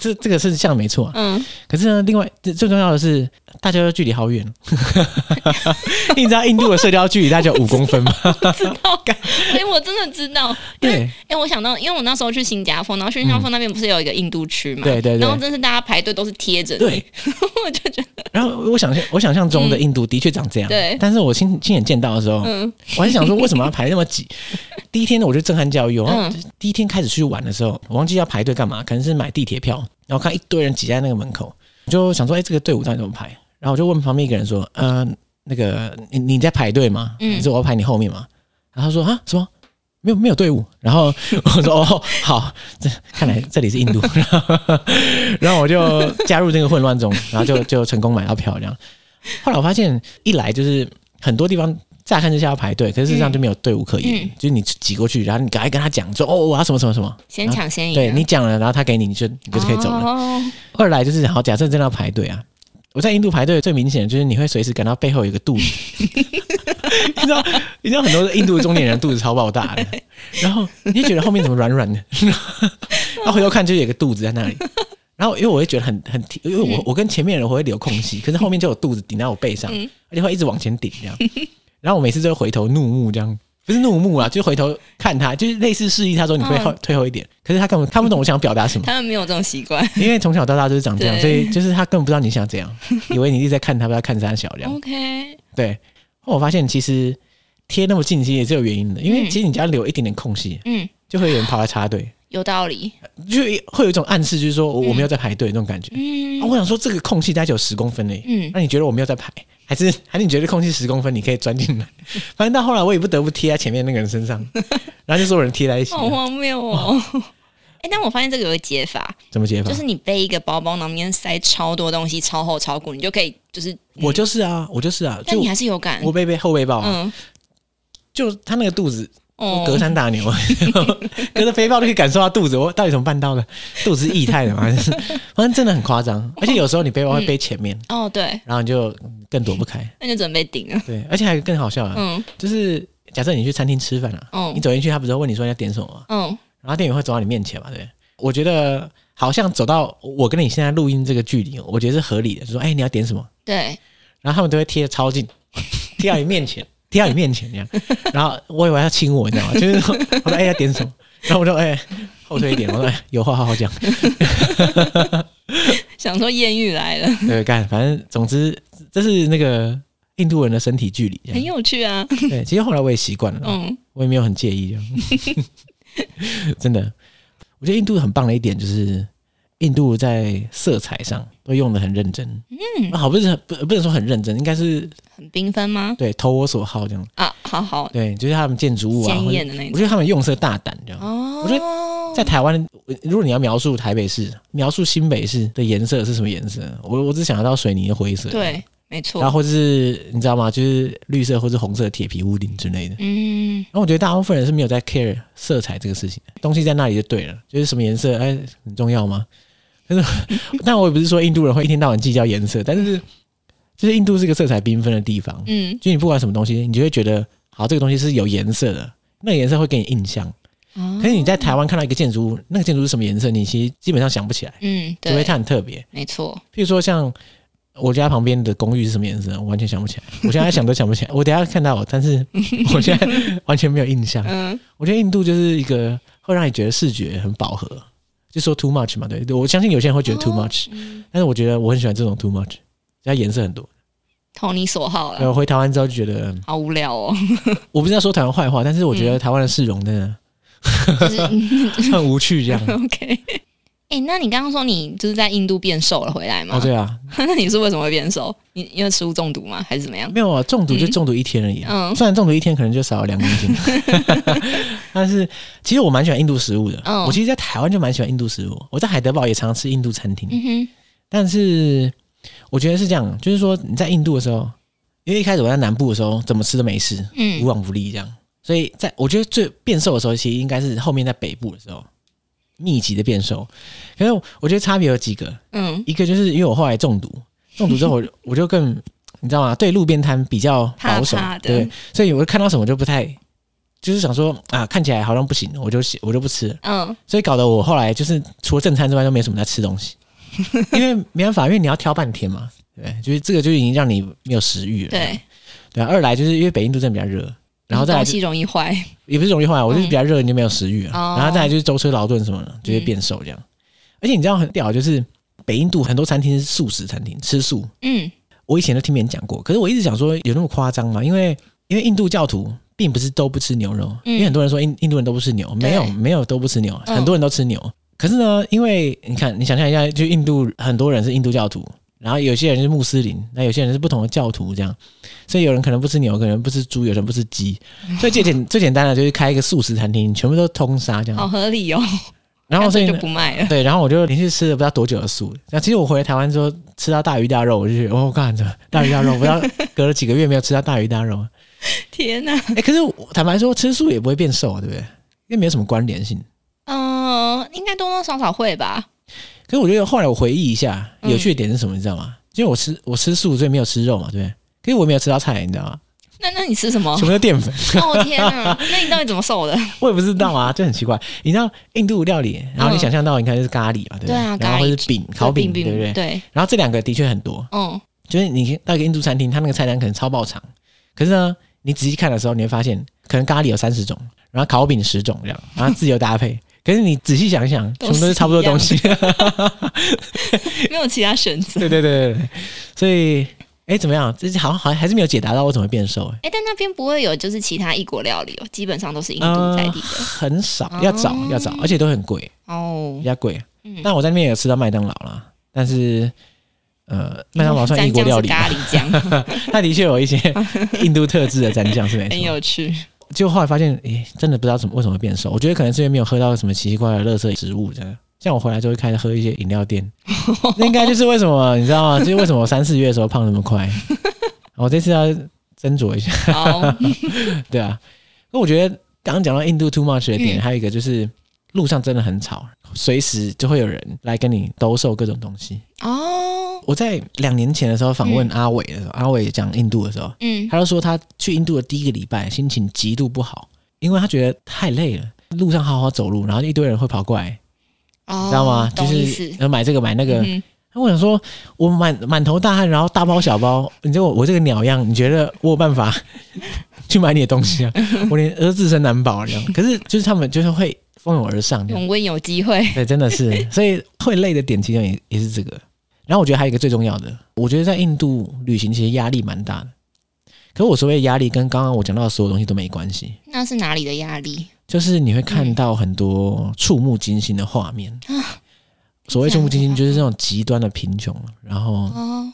A: 这这个是像没错啊。
B: 嗯，
A: 可是呢，另外最最重要的是，大家都距离好远。 你知道印度的社交距离大概就五公分吗？
B: 知道，哎，我真的知道。
A: 对
B: 哎，我想到，因为我那时候去新加坡，然后去新加坡那边不是有一个印度区嘛？
A: 嗯对对
B: 然后
A: 对
B: 真是大家排队都是贴着你，
A: 对，
B: 我就觉得，嗯
A: 然后我想象我想象中的印度的确长这样，
B: 对
A: 但是我亲亲眼见到的时候，
B: 嗯
A: 我还是想说为什么要排那么 挤？第一天呢，我就震撼教育哦。
B: 嗯
A: 第一天开始出去玩的时候，我忘记要排队干嘛，可能是买地铁票，然后看一堆人挤在那个门口，我就想说，哎、这个队伍到底怎么排？然后我就问旁边一个人说，呃，那个你你在排队吗？
B: 嗯
A: 你说我要排你后面吗？然后他说啊什么？没有没有队伍，然后我说哦 好，这看来这里是印度， 然后然后我就加入这个混乱中，然后就就成功买到票这样。后来我发现，一来就是很多地方乍看之下要排队，可是事实上就没有队伍可言，
B: 嗯
A: 就是你挤过去，然后你赶快跟他讲说哦我要什么什么什么，
B: 先抢先赢啊。
A: 对你讲了，然后他给你，你就你就是可以走了。
B: 哦
A: 二来就是好，假设真的要排队啊。我在印度排队最明显的就是你会随时感到背后有一个肚子，你知道，你知道很多印度的中年人肚子超爆大的，然后你就觉得后面怎么软软的，然后回头看就有一个肚子在那里，然后因为我会觉得很很挺，因为我我跟前面的人我会留空隙，可是后面就有肚子顶在我背上，而且会一直往前顶这样，然后我每次都会回头怒目这样，不是怒目啊，就回头看他，就是类似示意他说你退后、退后一点，可是他根本看不懂我想表达什么。
B: 他们没有这种习惯。
A: 因为从小到大就是长这样，
B: 对
A: 所以就是他根本不知道你想怎 样，以为你一直在看他，不知道看三小
B: 嗯
A: 这样。
B: OK，
A: 对，后来我发现其实贴那么近，其实也是有原因的，因为
B: 嗯
A: 其实你只要留一点点空隙，
B: 嗯，
A: 就会有人跑来插队。
B: 有道理，
A: 就会有一种暗示，就是说我我没有在排队那种感觉。
B: 嗯
A: 啊，我想说这个空隙大概只有十公分而已。
B: 嗯
A: 那你觉得我没有在排，还是还是你觉得空隙十公分你可以钻进来？ 反正到后来我也不得不贴在前面那个人身 上，然后就所有人贴在一起了，
B: 好荒谬哦。哎、但我发现这个有个解法，
A: 怎么解法？
B: 就是你背一个包包，然后里面塞超多东西，超厚超鼓，你就可以就是，嗯
A: 我就是啊，我就是啊，
B: 但
A: 就
B: 你还是有感，
A: 我背背后背包啊，
B: 嗯，
A: 就他那个肚子
B: 哦，
A: 隔山打牛， 隔着飞镖都可以感受到肚子，我到底怎么办到的？肚子是液态的嘛？还 是反正真的很夸张，而且有时候你背包会背前面，
B: 哦，对，
A: 然后你就更躲不开。
B: 那就准备顶了，
A: 对，而且还有更好笑啊，
B: 嗯
A: 就是假设你去餐厅吃饭啊，
B: 嗯
A: 你走进去，他不是会问你说你要点什么吗？
B: 嗯
A: 然后店员会走到你面前嘛，对不对？我觉得好像走到我跟你现在录音这个距离，我觉得是合理的，就说哎、你要点什么？
B: 对，
A: 然后他们都会贴得超近， 贴到你面前， 贴到你面前这样。然后我以为他亲我，你知道吗？就是说 我说哎、要点什么？然后我说哎、后退一点，我说、哎，有话好好讲。
B: 想说艳遇来了，
A: 对，干，反正总之这是那个印度人的身体距离这
B: 很
A: 样。
B: 有趣啊，
A: 对，其实后来我也习惯了啦，
B: 嗯
A: 我也没有很介意这样。 真的，我觉得印度很棒的一点就是，印度在色彩上都用的很认真。嗯，好，不是很不不能说很认真，应该是
B: 很缤纷吗？
A: 对投我所好这样。
B: 啊，好好，
A: 对，就是他们建筑嗯物啊，
B: 鲜
A: 或者
B: 艳的那
A: 我
B: 种，
A: 觉得他们用色大胆这样。
B: 哦，
A: 我觉在台湾，如果你要描述台北市、描述新北市的颜色是什么颜色，我我只想得到水泥的灰色，，
B: 对，没
A: 然后
B: 错，
A: 或者是你知道吗？就是绿色或是红色的铁皮屋顶之类的。
B: 嗯，
A: 然后我觉得大部分人是没有在 care 色彩这个事情的，东西在那里就对了，就是什么颜色，哎，很重要吗？ 但是，但我也不是说印度人会一天到晚计较颜色，但是就是印度是个色彩缤纷的地方，
B: 嗯
A: 就你不管什么东西，你就会觉得好，这个东西是有颜色的，那个颜色会给你印象。
B: 啊
A: 可是你在台湾看到一个建筑物，那个建筑是什么颜色，你其实基本上想不起来，
B: 嗯，
A: 除非
B: 对，
A: 它很特别。
B: 没错，
A: 譬如说像我家旁边的公寓是什么颜色，我完全想不起 来，我现在想都想不起来。我等一下看到，但是 我现在完全没有印象。
B: 嗯
A: 我觉得印度就是一个会让你觉得视觉很饱和，就说 too much 嘛，对，我相信有些人会觉得 too much，、
B: 嗯，
A: 但是我觉得我很喜欢这种 too much，它颜色很多。
B: 投你所好
A: 然
B: 了，
A: 后回台湾之后就觉得，
B: 好无聊哦，
A: 我不是要说台湾坏话，但是我觉得台湾的市容真的
B: 嗯就是嗯
A: 很无趣这样。
B: OK。哎、那你刚刚说你就是在印度变瘦了回来吗？
A: 哦，对啊，
B: 那你是为什么会变瘦？你因为食物中毒吗？还是怎么样？
A: 没有啊，中毒就中毒一天而已、啊。
B: 嗯
A: 虽然中毒一天可能就少了两公 斤，但是其实我蛮喜欢印度食物的。
B: 嗯
A: 我其实，在台湾就蛮喜欢印度食物，我在海德堡也常吃印度餐厅。
B: 嗯哼，
A: 但是我觉得是这样，就是说你在印度的时候，因为一开始我在南部的时候怎么吃都没事，无
B: 嗯，
A: 往不利这样。所以在我觉得最变瘦的时候，其实应该是后面在北部的时候密集的变瘦。可是我觉得差别有几个，
B: 嗯，
A: 一个就是因为我后来中毒，中毒之后我我就更你知道吗？对路边摊比较保守，
B: 怕怕的
A: 对，所以我看到什么就不太，就是想说啊，看起来好像不行，我就我就不吃了，
B: 嗯，
A: 所以搞得我后来就是除了正餐之外都没什么在吃东 西，因为没办法，因为你要挑半天嘛，对，就是这个就已经让你没有食欲了，
B: 对，
A: 对啊。二来就是因为北印度真的比较热。然后再来
B: 东
A: 就
B: 西容易坏，
A: 也不是容易坏，我就是比较热，你就没有食欲啊。
B: 哦
A: 然后再来就是舟车劳顿什么的，就会变瘦这样。而且你知道很屌，就是北印度很多餐厅是素食餐厅，吃素。
B: 嗯，
A: 我以前都听别人讲过，可是我一直想说有那么夸张吗？因为因为印度教徒并不是都不吃牛肉，
B: 嗯
A: 因为很多人说印印度人都不吃牛，
B: 对
A: 没有没有都不吃牛，啊
B: 嗯
A: 很多人都吃牛。可是呢，因为你看，你想象一下，就印度很多人是印度教徒，然后有些人是穆斯林，那有些人是不同的教徒这样，所以有人可能不吃牛，有人不吃猪，有人不吃鸡，所以最简最简单的就是开一个素食餐厅，全部都通杀这
B: 好
A: 样。
B: 合理哦。
A: 然后嗯 所以
B: 干脆
A: 呢
B: 就不 卖了，
A: 对，然后我就连续吃了不知道多久的素。那其实我回来台湾之后吃到大鱼大肉，我就觉得哦，干什么大鱼大肉？不知道隔了几个月没有吃到大鱼大肉。
B: 天哪、
A: 哎、可是我坦白说，吃素也不会变瘦啊，对不对？因为没有什么关联性。
B: 嗯、应该多多少少会吧。
A: 可是我觉得后来我回忆一下，
B: 嗯
A: 有趣的点是什么？你知道吗？因为我吃我吃素，所以没有吃肉嘛，对不对？可是我没有吃到菜，你知道吗？
B: 那那你吃什 么
A: 全？部都淀粉，
B: 哦天啊，那你到底怎么瘦的？
A: 我也不知道啊，就很奇怪。你知道印度料理，然后你
B: 嗯
A: 想象到你看就是咖喱嘛，对不对？
B: 对啊
A: 然后
B: 咖
A: 或
B: 喱
A: 是饼，烤饼，对不对？
B: 对，
A: 然后这两个的确很多，
B: 嗯
A: 就是你到一个印度餐厅，它那个菜单可能超爆长，可是呢，你仔细看的时候，你会发现可能咖喱有三十种，然后烤饼十种这样，然后自由搭配。 可是你仔细想一想，全
B: 都
A: 部
B: 是
A: 都是差不多的东西。
B: 没有其他选 择。
A: 对对对对对，所以。哎、哎，怎么样？这好像好像还是没有解答到我怎么变瘦、哎，
B: 哎，但那边不会有就是其他异国料理哦，基本上都是印度
A: 呃
B: 在地的。
A: 很少，要找要找，而且都很贵，
B: 哦
A: 比，较贵。
B: 嗯
A: 但我在那边也有吃到麦当劳啦，但是呃，麦当劳算
B: 蘸
A: 异国
B: 酱
A: 料
B: 是
A: 理啊吧，
B: 咖喱酱，
A: 它的确有一 些印度特制的蘸酱是没
B: 很
A: 错。
B: 有趣。
A: 结果后来发现，诶、真的不知道怎么为什么会变瘦，我觉得可能是因为没有喝到什么奇奇怪怪的垃圾食物这样。像我回来就会开始喝一些饮料店，那应该就是为什么你知道吗？就是为什么我三四月的时候胖那么快。我这次要斟酌一下，
B: 好，
A: 对啊。那我觉得刚刚讲到印度 too much 的点，
B: 嗯
A: 还有一个就是路上真的很吵，随时就会有人来跟你兜售各种东西。
B: 哦，
A: 我在两年前的时候访问
B: 嗯
A: 阿伟的时候，阿伟讲印度的时候，
B: 嗯，
A: 他就说他去印度的第一个礼拜心情极度不好，因为他觉得太累了，路上好好走路，然后一堆人会跑过来，
B: 哦，
A: 你知道吗？就
B: 懂意
A: 是
B: 思。
A: 呃买这个买那个。
B: 嗯，
A: 我想说，我满满头大汗，然后大包小包，你就我我这个鸟样，你觉得我有办法 去买你的东西啊？我连儿自身难保这样。可是就是他们就是会蜂拥而上这样，
B: 永温有机会。
A: 对，真的是，所以会累的点其中也也是这个。然后我觉得还有一个最重要的，我觉得在印度旅行其实压力蛮大的。可我所谓的压力跟刚刚我讲到的所有东西都没关系，
B: 那是哪里的压力？
A: 就是你会
B: 嗯
A: 看到很多触目惊心的画面。
B: 啊
A: 所谓触目惊心，就是这种极端的贫穷，然后
B: 哦，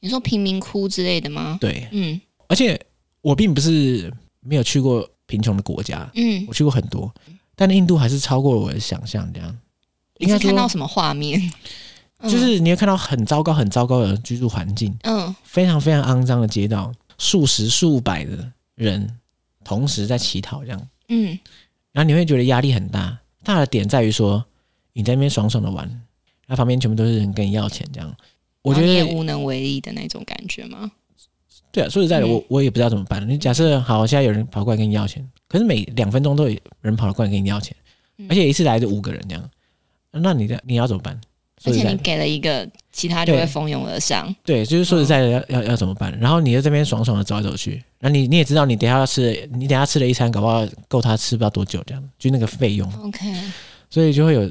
B: 你说贫民窟之类的吗？
A: 对，
B: 嗯
A: 而且我并不是没有去过贫穷的国家，
B: 嗯，
A: 我去过很多，但印度还是超过我的想象。这样，应
B: 你
A: 该
B: 是看到
A: 说
B: 什么画面？嗯
A: 就是你会看到很糟糕、很糟糕的居住环境。
B: 嗯
A: 非常非常肮脏的街道，数十数百的人同时在乞讨，这样，
B: 嗯，
A: 然后你会觉得压力很大。大的点在于说，你在那边爽爽的玩，然后旁边全部都是人跟你要钱，这样。我觉
B: 然后你也
A: 得
B: 无能为力的那种感觉吗？
A: 对啊，说实在的，
B: 嗯
A: 我我也不知道怎么办。你假设好，现在有人跑过来跟你要钱，可是每两分钟都有人跑过来跟你要钱，
B: 嗯
A: 而且一次来就五个人这样，那你的你要怎么办？
B: 而
A: 说实
B: 且
A: 在
B: 你
A: 的，
B: 给了一个，其他就会
A: 对
B: 蜂拥而上。
A: 对，就是
B: 嗯
A: 说实在的，要要要怎么办？然后你就这边爽爽的走来走去，然后你你也知道，你等一下要吃的，你等一下吃了一餐，搞不好够他吃不知道多久这样，就那个费用，
B: OK，
A: 所以就会有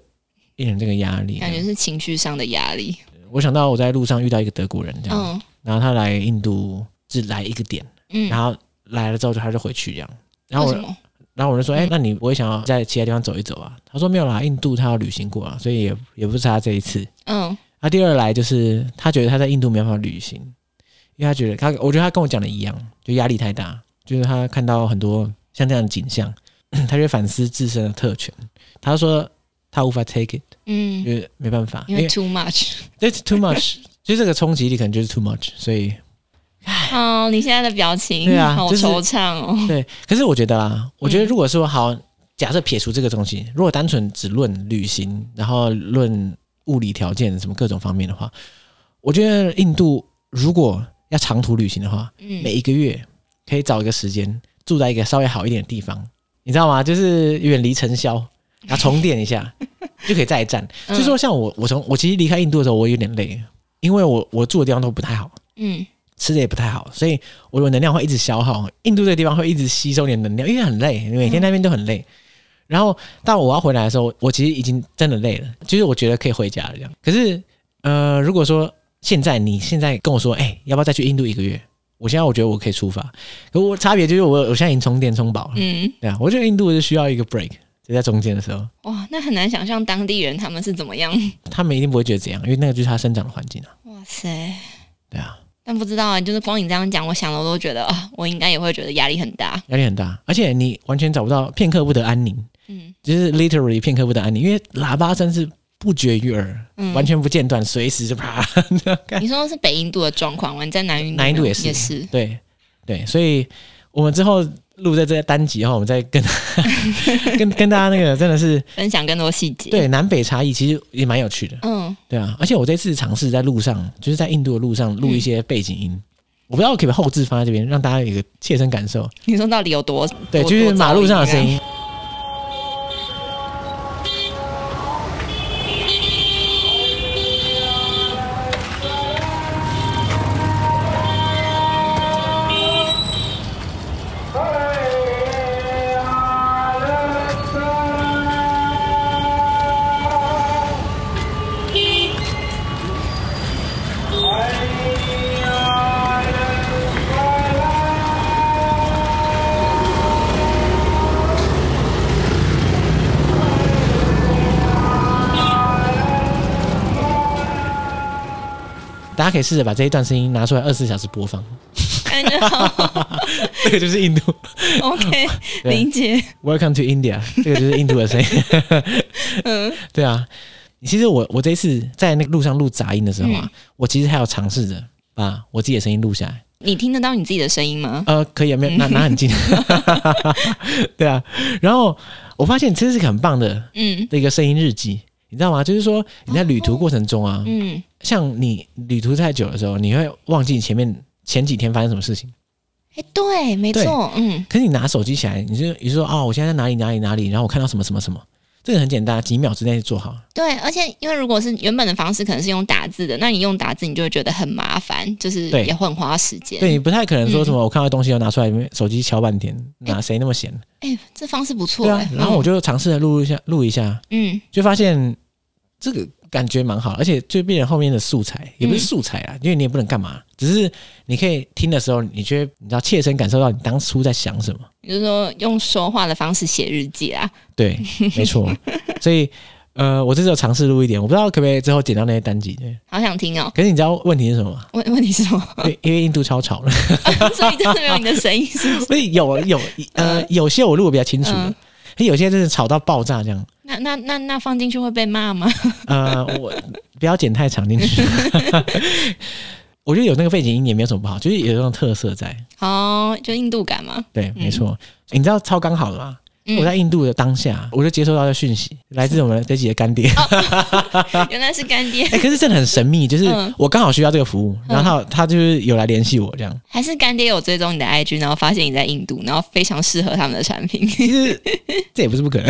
A: 一点这个压力。
B: 嗯感觉是情绪上的压力。
A: 我想到我在路上遇到一个德国人这样，
B: 嗯
A: 然后他来印度只来一个点，
B: 嗯，
A: 然后来了之后就他就回去这样，然后
B: 为
A: 我
B: 什么？
A: 然后我就说，哎、
B: 嗯
A: 那你不会想要在其他地方走一走啊？他说没有啦，印度他有旅行过啊，所以也也不是他这一次。
B: 嗯
A: 那、第二来就是他觉得他在印度没办法旅行，因为他觉得他，我觉得他跟我讲的一样，就压力太大，就是他看到很多像这样的景象， 他就反思自身的特权。他说他无法 take it，
B: 嗯，
A: 就是没办法，
B: 因
A: 因
B: 为
A: 为
B: too much。
A: that's too much，就是 这个冲击力可能就是 too much，所以
B: 哦，你现在的表情，
A: 对啊
B: 好
A: 就是
B: 惆怅哦。
A: 对。可是我觉得啦，我觉得
B: 嗯
A: 如果说好，假设撇除这个东西，如果单纯只论旅行，然后论物理条件什么各种方面的话，我觉得印度如果要长途旅行的话，
B: 嗯
A: 每一个月可以找一个时间住在一个稍微好一点的地方，你知道吗？就是远离尘嚣，然后重电一 下就可以再战。
B: 嗯
A: 就是说，像我，我从我其实离开印度的时候，我有点累，因为我我住的地方都不太好，
B: 嗯
A: 吃的也不太好，所以我的能量会一直消耗。印度这个地方会一直吸收你的能量，因为很累，你每天在那边都很累。然后到我要回来的时候，我其实已经真的累了，就是我觉得可以回家了这样。可是，呃，如果说现在你现在跟我说，哎、要不要再去印度一个月？我现在我觉得我可以出发，可我差别就是我我现在已经充电充饱了，
B: 嗯，
A: 对啊，我觉得印度就需要一个 break，就在中间的时候，
B: 哇，那很难想象当地人他们是怎 么样。
A: 他们一定不会觉得怎样，因为那个就是他生长的环境啊，
B: 哇塞！
A: 对啊，
B: 但不知道啊，就是光你这样讲，我想了我都觉得啊，我应该也会觉得压力很大。
A: 压力很大，而且你完全找不到片刻不得安宁，
B: 嗯
A: 就是 literally 片刻不得安宁，因为喇叭声是不绝于耳，
B: 嗯，
A: 完全不间断，随时就啪。
B: 你说是北印度的状况吗？你在南印度吗，
A: 南印度也是
B: 也是
A: 对对，所以我们之后录在这些单集后，我们再跟 跟跟大家那个真的是
B: 分享更多细节。，
A: 对南北差异，其实也蛮有趣的，
B: 嗯，
A: 对啊。而且我这次尝试在路上，就是在印度的路上录一些背景音。我不知道我可不可以把后置放在这边，让大家有一个切身感受。
B: 你说到底有多
A: 对，
B: 多
A: 就是马路上的声。
B: 多噪音啊
A: 音。
C: Yeah.
A: 大家可以试着把这一段声音拿出来二十四小时播放，
B: 感觉好
A: 这个就是印度。
B: OK，
A: 对
B: 理解。
A: Welcome to India，这个就是印度的声音。
B: 嗯，
A: 对啊，其实我我这一次在那个路上录杂音的时候啊，我其实还有尝试着把我自己的声音录下来。
B: 你听得到你自己的声音吗？
A: 呃，可以啊，没有拿拿很近。对啊，然后我发现这是个很棒的
B: 嗯
A: 的一个声音日记，你知道吗？就是说你在旅途过程中啊，
B: 嗯，
A: 像你旅途太久的时候，你会忘记你前面前几天发生什么事情。
B: 哎，对，没
A: 对
B: 错，嗯
A: 可是你拿手机起来，你就你就说哦，我现在在哪里哪里哪里，然后我看到什么什么什么，这个很简单，几秒之内就做好。
B: 对，而且因为如果是原本的方式，可能是用打字的，那你用打字，你就会觉得很麻烦，就是
A: 对
B: 也会很花时间。
A: 对你不太可能说
B: 嗯
A: 什么，我看到东西要拿出来，手机敲半天，哪谁那么闲？
B: 哎、这方嗯式不错、
A: 对
B: 欸。
A: 啊，然后我就尝试着录一下，录一下，
B: 嗯
A: 就发现这个感觉蛮好，而且就变成后面的素材，也不是
B: 嗯
A: 素材啦，啊因为你也不能干嘛，只是你可以听的时候，你却你知道切身感受到你当初在想什么。
B: 你就说用说话的方式写日记啊啦。
A: 对，没错，所以。呃，我这次有尝试录一点，我不知道可不可以之后剪到那些单集。对
B: 好想听哦、
A: 可是你知道问题是什么吗？
B: 问问题是 什么？
A: 因为因为印度超吵了，
B: 所以真的没有你的声音是不是？
A: 所以有有呃有些我录的比较清楚的
B: 嗯，
A: 可有些真的吵到爆炸这样。
B: 那那那那放进去会被骂吗？
A: 呃，我不要剪太长进去。 我觉得有那个背景音也没有什么不好，就是有那种特色在。
B: 哦，就印度感嘛。
A: 对，没错。你知道超刚好的吗？
B: 嗯
A: 我在印度的当下，我就接收到的讯息，来自我们这几个干爹。
B: 哦原来是干爹，
A: 哎、可是真的很神秘，就是
B: 嗯
A: 我刚好需要这个服务，然后他他就是有来联系我这样。
B: 还是干爹有追踪你的 IG，然后发现你在印度，然后非常适合他们的产品。
A: 其实这也不是不可 能，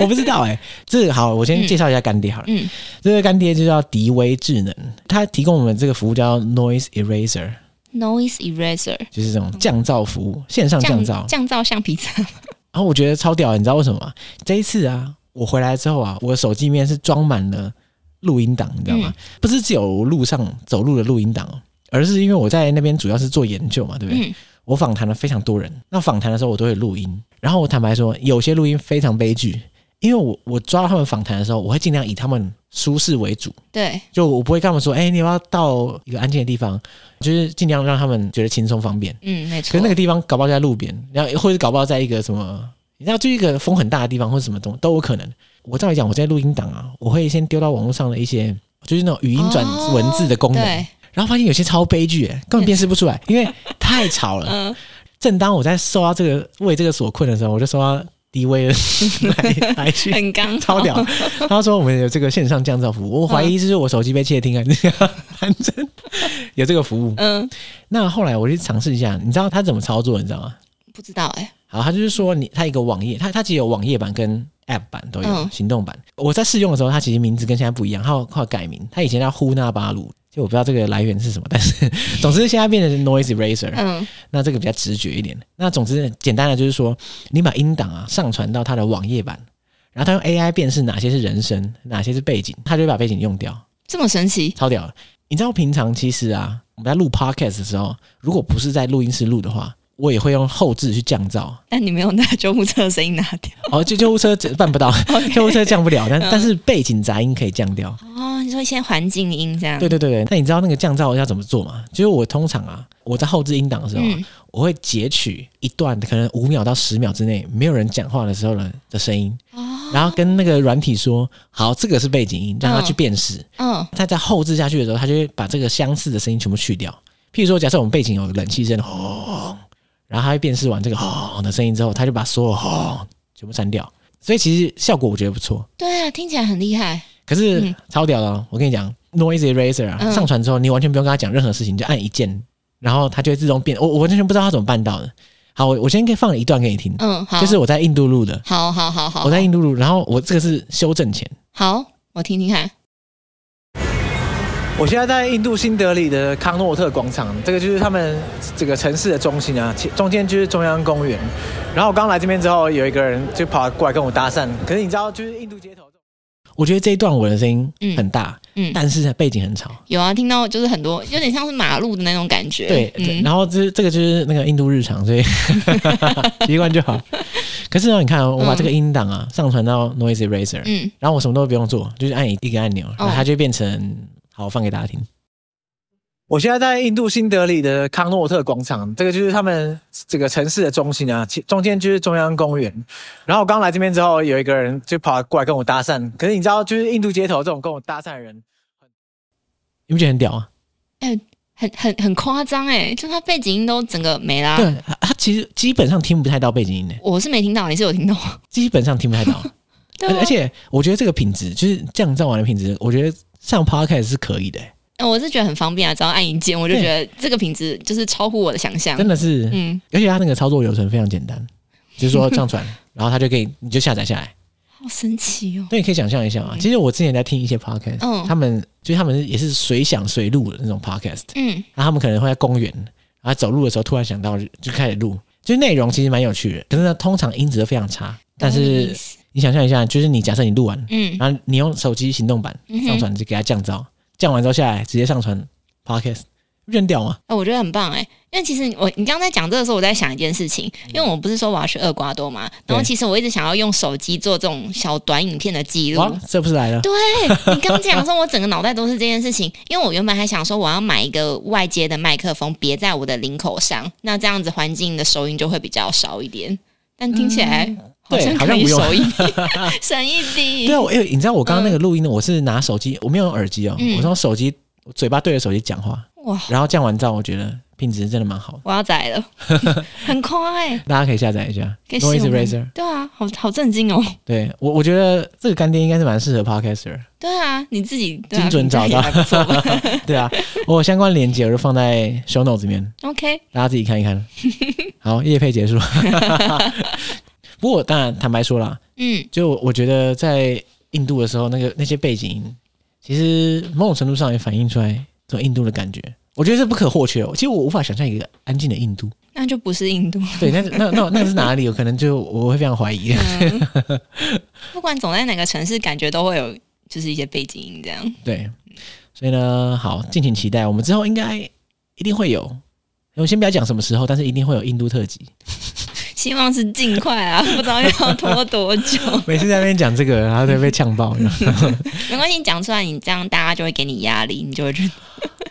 A: 我不知道哎、这好，我先介绍一下干爹好了。
B: 嗯
A: 这个干爹就叫迪威智能，他提供我们这个服务叫 Noise Eraser，
B: ，Noise Eraser，
A: 就是这种降噪服务，线上降噪。
B: 降噪橡皮擦。
A: 然后我觉得超屌的，你知道为什么吗？这一次啊，我回来之后啊，我的手机里面是装满了录音档，你知道吗？不是只有路上走路的录音档哦，而是因为我在那边主要是做研究嘛，对不对？
B: 嗯
A: 我访谈了非常多人，那访谈的时候我都会录音，然后我坦白说，有些录音非常悲剧，因为我我抓到他们访谈的时候，我会尽量以他们舒适为主，
B: 对，
A: 就我不会跟他们说，哎、你要不要到一个安静的地方，就是尽量让他们觉得轻松方便。
B: 嗯，没错。
A: 可是那个地方搞不好就在路边，然后或者搞不好在一个什么，你知道，就一个风很大的地方或者什么东都有可能。我照理讲，我在录音档啊，我会先丢到网络上的一些，就是那种语音转
B: 哦
A: 文字的功能，
B: 对，
A: 然后发现有些超悲剧、欸，根本辨识不出来，因为太吵 了。
B: 嗯，
A: 正当我在受到这个为这个所困的时候，我就收到低微的来来去。
B: 很刚 好
A: 超屌！他说我们有这个线上降噪服务，我怀疑就是我手机被窃听啊， 反正有这个服务。
B: 嗯，
A: 那后来我去尝试一下，你知道他怎么操作？你知道吗？
B: 不知道哎、
A: 好，他就是说你，他一个网页，他他其实有网页版跟 App 版都有，
B: 嗯
A: 行动版。我在试用的时候，它其实名字跟现在不一样，它有它有改名，它以前叫呼纳巴鲁，就我不知道这个来源是什么， 但是总之现在变成 Noise Eraser，、
B: 嗯
A: 那这个比较直觉一点。那总之简单的就是说，你把音档啊上传到它的网页版，然后它用 AI 辨识哪些是人声，哪些是背景，它就会把背景用掉，
B: 这么神奇，
A: 超屌的。你知道平常其实啊，我们在录 Podcast 的时候，如果不是在录音室录的话，我也会用后置去降噪。
B: 但你没有拿救护车的声音拿掉
A: 哦，救救护车这办不 到，救护车降不了，但、
B: 嗯
A: 但是背景杂音可以降掉。
B: 哦。你说先环境音这样，
A: 对对对对，那你知道那个降噪要怎么做吗？就是我通常啊，我在后置音档的时候啊、
B: 嗯
A: 我会截取一段可能五秒到十秒之内没有人讲话的时候的的声音，
B: 哦，
A: 然后跟那个软体说，好，这个是背景音，让它去辨识。
B: 嗯
A: 它在后置下去的时候，它就会把这个相似的声音全部去掉。譬如说，假设我们背景有冷气声，轰，然后它会辨识完这个轰的声音之后，它就把所有轰全部删掉。所以其实效果我觉得不错，
B: 对啊，听起来很厉害，
A: 可是
B: 嗯
A: 超屌的、哦。我跟你讲，Noise Eraser 啊，
B: 嗯
A: 上传之后你完全不用跟他讲任何事情，你就按一键，然后它就会自动变。我我完全不知道它怎么办到的。好，我我先给放一段给你听，
B: 嗯，好，
A: 就是我在印度录的，
B: 好好好好，
A: 我在印度录，然后我这个是修正前。
B: 好，我听听看，
A: 我现在在印度新德里的康诺特广场，这个就是他们这个城市的中心啊，其中间就是中央公园。然后我刚来这边之后，有一个人就跑过来跟我搭讪，可是你知道，就是印度街头，我觉得这一段我的声音很大，
B: 嗯，
A: 但是背景很吵。
B: 有啊，听到就是很多，有点像是马路的那种感觉，
A: 对，对
B: 嗯，
A: 然后这这个就是那个印度日常，所以习惯就好。可是呢，你看哦、我把这个音档啊、上传到 Noise Eraser，、
B: 嗯，哦
A: 然后我什么都不用做，就是按一一个按钮，然后它就变成好，我放给大家听。我现在在印度新德里的康诺特广场，这个就是他们这个城市的中心啊，其中间就是中央公园。然后我刚来这边之后，有一个人就跑过来跟我搭讪，可是你知道，就是印度街头这种跟我搭讪的人，你不觉得很屌啊？
B: 很很很夸张哎，就他背景音都整个没啦。
A: 对，他他其实基本上听不太到背景音的，
B: 我是没听到，你是有听到？
A: 基本上听不太到。
B: 对、
A: 而
B: 啊，
A: 而且我觉得这个品质，就是降噪完的品质，我觉得上 podcast 是可以的、
B: 呃我是觉得很方便啊，只要按一键，我就觉得这个品质就是超乎我的想象
A: 真。的是。
B: 嗯，
A: 而且它那个操作流程非常简单，就是说上 传，然后它就可以，你就下载下来。
B: 好神奇哦。
A: 那你可以想象一下啊，其实我之前在听一些 podcast，、
B: 嗯
A: 他们就是他们也是随想随录的那种 podcast，
B: 嗯，
A: 然后他们可能会在公园，然后走路的时候突然想到就就开始录，就是内容其实蛮有趣的，可是呢通常音质都非常差。但
B: 懂你的意
A: 是
B: 思
A: 你想象一下，就是你假设你录完，
B: 嗯，
A: 然后你用手机行动版
B: 嗯哼
A: 上传，就给它降噪，降完之后下来直接上传 podcast，不是很屌吗？
B: 哎、我觉得很棒哎、因为其实我你刚刚在讲这个时候，我在想一件事情，因为我不是说我要去厄瓜多嘛，然后
A: 对
B: 其实我一直想要用手机做这种小短影片的记录
A: 哇。，这不是 来了？
B: 对你刚讲的时候，我整个脑袋都是这件事情，因为我原本还想说我要买一个外接的麦克风，别在我的领口上，那这样子环境的收音就会比较少一点。但听起来好
A: 对
B: 像
A: 好
B: 可
A: 像
B: 以
A: 不用
B: 收音， 省一
A: 对
B: 笔
A: 啊，。我因为你知道我刚刚那个录音呢，我是拿手机，我没有用耳机哦，
B: 嗯
A: 我是用手机，我嘴巴对着手机讲话，
B: 哇，
A: 然后降完噪，我觉得品质真的蛮好的，
B: 我要宰了，很快、
A: 大家可以下载一下
B: 可以试
A: Noise
B: 用吗
A: Eraser。
B: 对啊，好好震惊哦。
A: 对我，我觉得这个干爹应该是蛮适合 Podcaster，
B: 对啊，你自己对啊
A: 精准找
B: 评价
A: 到
B: 也还不错吧
A: 对啊，我有相关链接我就放在 Show Notes 里面，
B: OK，
A: 大家自己看一 看。好，夜配结束。 不过当然，坦白说啦，
B: 嗯，
A: 就我觉得在印度的时候，那个那些背景音，其实某种程度上也反映出来这种印度的感觉。我觉得是不可或缺哦的。其实我无法想象一个安静的印度。
B: 那就不 是印度。
A: 对，那那那那是哪里？有可能就我会非常怀疑。
B: 嗯，不管走在哪个城市，感觉都会有就是一些背景音这样。
A: 对，所以呢，好，敬请期待。我们之后应该一定会有，我们先不要讲什么时候，但是一定会有印度特辑。
B: 希望是尽快啊， 不知道要拖多 久。
A: 每次在那边讲这个，然后就被呛爆。
B: 没关系，你讲出来，你这样大家就会给你压力，你就会觉得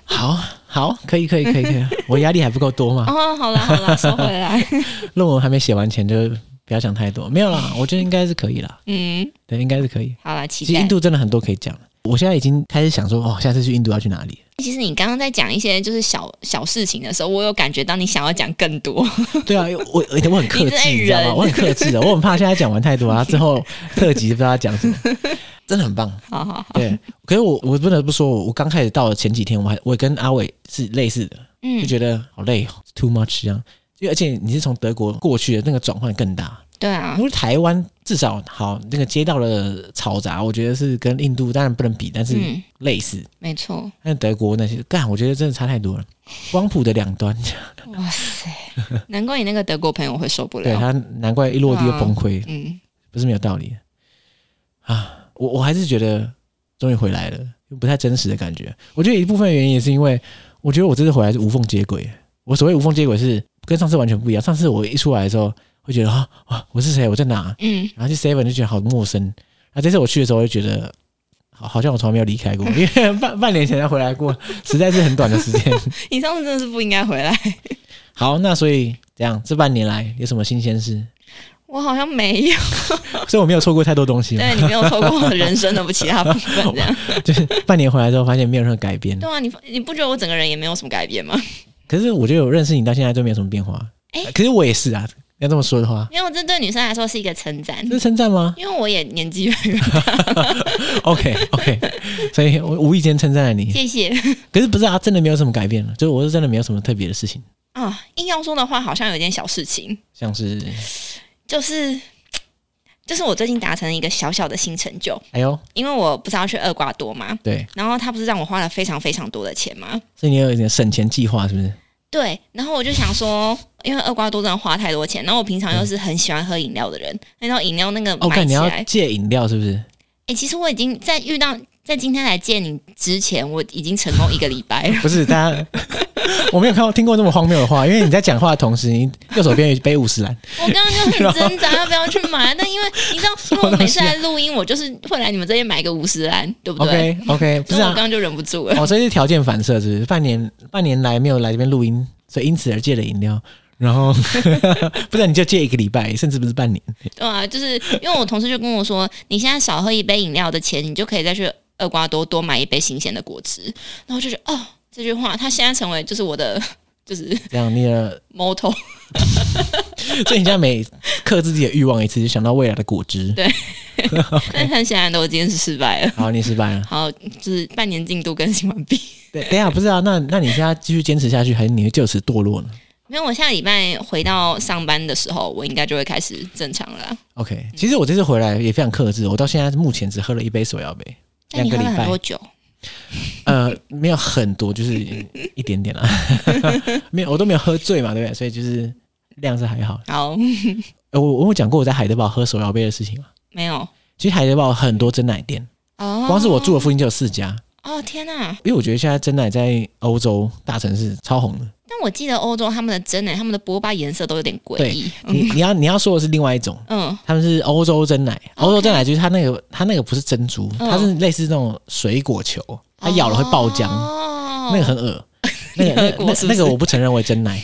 A: 好好，可以可以可以可以，我压力还不够多嘛？
B: 哦，好了好 了，收回来。
A: 论文还没写完前就不要想太多。没有啦，我觉得应该是可以啦。
B: 嗯，
A: 对，应该是可以。
B: 好了，期
A: 其实
B: 待
A: 印。度真的很多可以讲。我现在已经开始想说，哦，下次去印度要去哪 里？
B: 其实你刚刚在讲一些就是小小事情的时候，我有感觉到你想要讲更多。
A: 对啊，我我我很克
B: 你在
A: 制，你知道吗？
B: 忍
A: 我很克制 的，我很怕现在讲完太多啊，之后 特辑不知道讲什么，真的很 棒。
B: 好好好，
A: 对，可是我我不得不说，我刚开始到了前几天，我还我跟阿伟是类似的，就
B: 嗯，
A: 觉得好累哦，too much 这样。因为而且你是从德国过去的，那个转换更大。
B: 对啊
A: 因，为台湾至少好那个街道的嘈杂，我觉得是跟印度当然不能比，但是
B: 嗯，
A: 类似。
B: 没错。
A: 但德国那些干，我觉得真的差太多了，光谱的两端。
B: 哇塞，难怪你那个德国朋友会受不
A: 对啊
B: 了。
A: 他，难怪一落地就崩溃，
B: 啊嗯，
A: 不是没有道理啊！我我还是觉得终于回来了，又不太真实的感觉。我觉得一部分原因也是因为，我觉得我这次回来是无缝接轨。我所谓无缝接轨是跟上次完全不一样。上次我一出来的时候，会觉得啊啊，我是谁？我在哪？
B: 嗯，
A: 然后去 Seven 就觉得好陌生。然后这次我去的时候，我就觉得好，好像我从来没有离开过，因为半半年前才回来过，实在是很短的时间。
B: 你上次真的是不应该回来，
A: 好，那所以这样，这半年来有什么新鲜事？
B: 我好像没 有。
A: 所以我没有错过太多东西嘛。
B: 对你没有错过我人生的不其他部分， 这样。
A: 就是半年回来之后，发现没有任何改变。
B: 对啊，你你不觉得我整个人也没有什么改变吗？
A: 可是我觉得我认识你到现在都没有什么变化。
B: 哎
A: 可是我也是啊，要这么说的话，
B: 因为这对女生来说是一个称赞
A: 这，是称赞 吗
B: 因为我也年纪越来越
A: ？OK OK，所以我无意间称赞了你。
B: 谢谢
A: 可是不是啊，真的没有什么改变了，就是我是真的没有什么特别的事情，
B: 啊。硬要说的话，好像有点小事情，
A: 像是
B: 就是就是我最近达成一个小小的新成就，
A: 哎呦，
B: 因为我不是要去厄瓜多嘛，
A: 对，
B: 然后他不是让我花了非常非常多的钱吗？
A: 所以你有一点省钱计划是不是？
B: 对，然后我就想说，因为厄瓜多真的花太多钱，然后我平常又是很喜欢喝饮料的人，那道饮料那个
A: 哦，
B: 买
A: 看你
B: 起
A: 要
B: 来，哎、
A: 戒饮料是不是？
B: 其实我已经在遇到在今天来见你之前，我已经成功一个礼拜了。
A: 不是大家，我没有看过听过这么荒谬的话，因为你在讲话的同时，你右手边有一杯五十兰，
B: 我刚刚就很挣 扎要不要去买，但因为你知道，因为我每
A: 啊
B: 次来录音，我就是会来你们这边买个五十兰，对不对？
A: OK OK，不
B: 所
A: 是
B: 以我
A: 啊
B: 刚，刚就忍不 住了。
A: 哦，这是条件反射，是不是？半年半年来没有来这边录音，所以因此而戒了饮料，然 后不然你就戒一个礼拜，甚至不是半年。
B: 对啊，就是因为我同事就跟我说，你现在少喝一杯饮料的钱，你就可以再去厄瓜多多买一杯新鲜的果汁。然后我就觉得，哦，这句话它现在成为就是我的 就是
A: 这样你的，
B: motto。
A: 所以你现在每克制自己的欲望一次，就想到未来的果汁。
B: 对但很显然的，我今天是失败了。
A: 好，你失败了。
B: 好，就是半年进度更新完毕。
A: 对，等一下不是啊，那那你现在继续坚持下去，还是你会就此堕落呢
B: 没有，我下礼拜回到上班的时候，我应该就会开始正常了啊。
A: ？OK，其实我这次回来也非常克制，我到现在目前只喝了一杯手摇杯，
B: 但
A: 两
B: 你
A: 个
B: 喝
A: 礼
B: 了很
A: 拜
B: 多，酒，
A: 呃，没有很多，就是一点点啦， 没有，我都没有喝醉嘛，对不对？所以就是量是还好。
B: 好，
A: 呃我我有讲过我在海德堡喝手摇杯的事情嘛。
B: 没有
A: 其实海德堡有很多真奶店，
B: 哦。
A: 光是我住的附近就有四家。
B: 哦，天哪、
A: 因为我觉得现在真奶在欧洲大城市超红的。
B: 但我记得欧洲他们的真奶，他们的波霸颜色都有点诡异。
A: 你你要你要说的是另外一种，
B: 嗯，
A: 他们是欧洲真奶。欧洲真奶就是它那个它那个不是珍珠，
B: 嗯
A: 它是类似那种水果球，它咬了会爆浆，
B: 哦
A: 那个很 恶。那个那
B: 你喝
A: 个
B: 过
A: 那
B: 是不
A: 那
B: 是
A: 个我不承认为真 奶，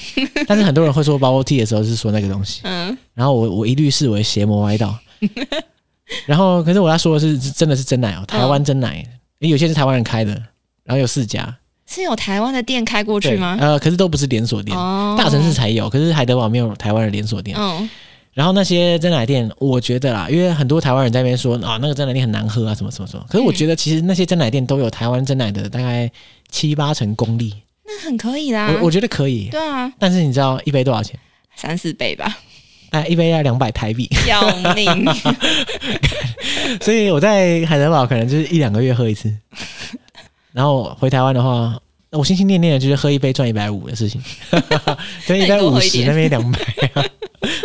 A: 但是很多人会说 bubble tea 的时候是说那个东西，
B: 嗯，
A: 然后我我一律视为邪魔歪 道。然后，可是我要说的是，是真的是真奶哦，台湾真奶，因为有些是台湾人开的，然后有四家，
B: 是有台湾的店开过去
A: 对
B: 吗？
A: 呃，可是都不是连锁店，
B: 哦
A: 大城市才有，可是海德堡没有台湾的连锁店。
B: 嗯，
A: 然后那些真奶店，我觉得啦，因为很多台湾人在那边说啊，那个真奶店很难喝啊，什么什么什么。可是我觉得其实那些真奶店都有台湾真奶的大概七八成功力，
B: 那很可以啦。
A: 我我觉得可以。
B: 对啊，
A: 但是你知道一杯多少钱？
B: 三四倍吧，
A: 大概一杯要两百台币，
B: 要命！
A: 所以我在海德堡可能就是一两个月喝 一次，然后回台湾的话，那我心心念念的就是喝一杯赚一百五的 事情，跟一
B: 那
A: 百
B: 你多
A: 五
B: 喝一
A: 十
B: 点
A: 那边两百啊，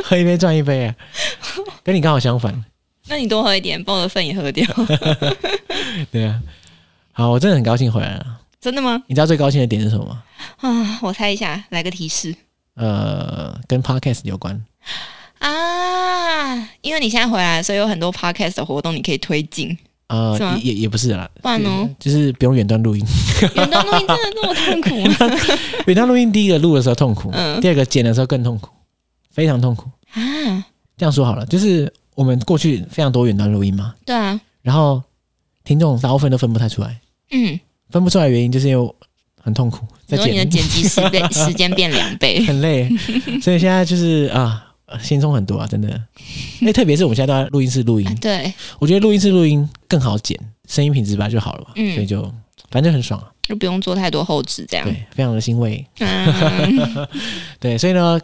A: 喝一杯赚一 杯啊，跟你刚好相反，
B: 那你多喝一点，把我的份也喝掉。
A: 对啊。好，我真的很高兴回来了。
B: 真的吗？
A: 你知道最高兴的点是什么吗？
B: 啊，我猜一下，来个提示
A: 呃，跟 podcast 有关。
B: 啊，因为你现在回来，所以有很多 podcast 的活动你可以推进。
A: 呃
B: 是吗，
A: 也也不是啦，
B: 不然呢？
A: 就是不用远端录音。
B: 远端录音真的这么痛苦吗？
A: 远端录音，第一个录的时候痛苦，
B: 嗯
A: 第二个剪的时候更痛苦，非常痛苦。
B: 啊，
A: 这样说好了，就是我们过去非常多远端录音嘛，
B: 对啊，
A: 然后听众大部分都分不太出来，
B: 嗯，
A: 分不出来的原因就是因为我很痛苦，在
B: 你说你的
A: 剪
B: 剪辑时变时间变两 倍，
A: 很 累，所以现在就是啊，轻松很多啊，真的。那特别是我们现在都在录音室录
B: 啊
A: 音，
B: 对，
A: 我觉得录音室录音更好剪，声音品质本来就好了嘛，
B: 嗯
A: 所以就反正很爽啊，
B: 就不用做太多后置这样。
A: 对，非常的欣慰。
B: 嗯，
A: 对，所以呢，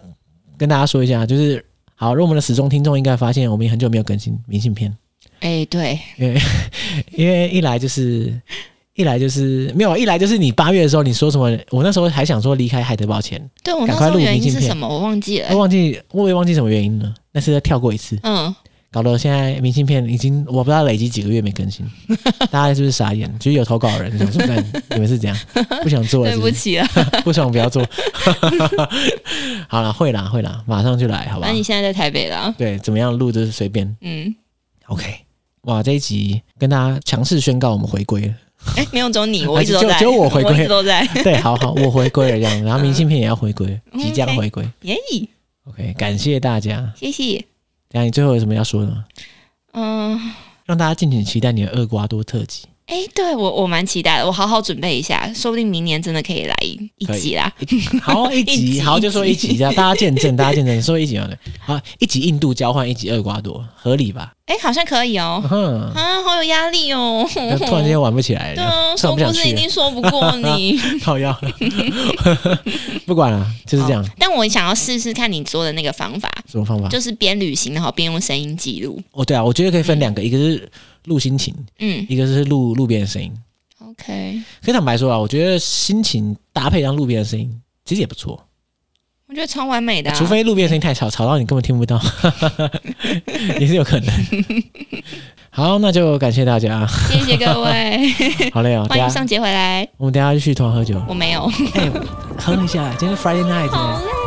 A: 跟大家说一下，就是好，如果我们的始终听众应该发现，我们也很久没有更新明信片。
B: 哎，对，
A: 因为一来就是一来就是没有，一来就是你八月的时候你说什么，我那时候还想说离开海德堡前，
B: 对我那
A: 赶
B: 时
A: 快
B: 候
A: 录
B: 原
A: 明
B: 因
A: 信
B: 是
A: 片
B: 什么我忘记
A: 我
B: 了。
A: 忘记我也忘记什么原因了，那次跳过一次，
B: 嗯，
A: 搞得现在明信片已经我不知道累积几个月没更新，大家是不是傻眼？就是有投稿的人想说，但你们是怎样不想做了
B: 对
A: 是
B: 不
A: 不是？
B: 起啊，
A: 不爽不要做， 好了，会啦会啦，马上就来，好吧
B: 反正？你现在在台北啦。
A: 对，怎么样录就是随便
B: 嗯，
A: ，OK。哇，这一集跟大家强势宣告我们回归了。
B: 哎，没有只有你，我一直
A: 啊
B: 都
A: 就
B: 在，
A: 就我回归
B: 一直都 在。
A: 对，好好，我回归了这样，然后明信片也要回归，
B: 嗯
A: 即将
B: OK
A: 回归。
B: 耶，
A: OK，感谢大家。
B: 谢谢。
A: 等一下你最后有什么要说的吗？
B: 嗯。
A: 让大家敬请期待你的厄瓜多特 辑，
B: 哎、对我我蛮期待的，我好好准备一下，说不定明年真的可以来一一
A: 可以
B: 集啦。
A: 好一
B: 一
A: 集，
B: 集
A: 好就说一
B: 一
A: 集，这样大家见证，大家见证，说一集好了，好一集印度交换一集厄瓜多，合理吧？
B: 哎、好像可以哦、
A: 嗯，
B: 啊，好有压力哦、
A: 那突然之间玩不起来
B: 对
A: 了，
B: 啊，
A: 突然哎不想
B: 说不是
A: 去
B: 一
A: 了，
B: 定说不 过你，
A: 靠腰， 不管了，就是这样啊
B: 好。但我想要试试看你说的那个方法，
A: 什么方法？
B: 就是边旅行然后边用声音记录。
A: 哦，对啊，我觉得可以分两个，一个是录心情，
B: 嗯
A: 一个是录路边的声音。
B: ，OK，
A: 可以坦白说啊，我觉得心情搭配上路边的声音，其实也不错。
B: 我觉得超完美的、啊。
A: 除 非路边声音太吵，吵到你根本听不到，也是有可能。好，那就感谢大 家，啊
B: 谢谢各 位，
A: 好累哦，
B: 欢
A: 大
B: 迎
A: 家
B: 上节回来。
A: 我们等一下就去同行喝酒，
B: 我没有，
A: 哎、喝一下，今天啊 Friday night，耶
B: 好累。啊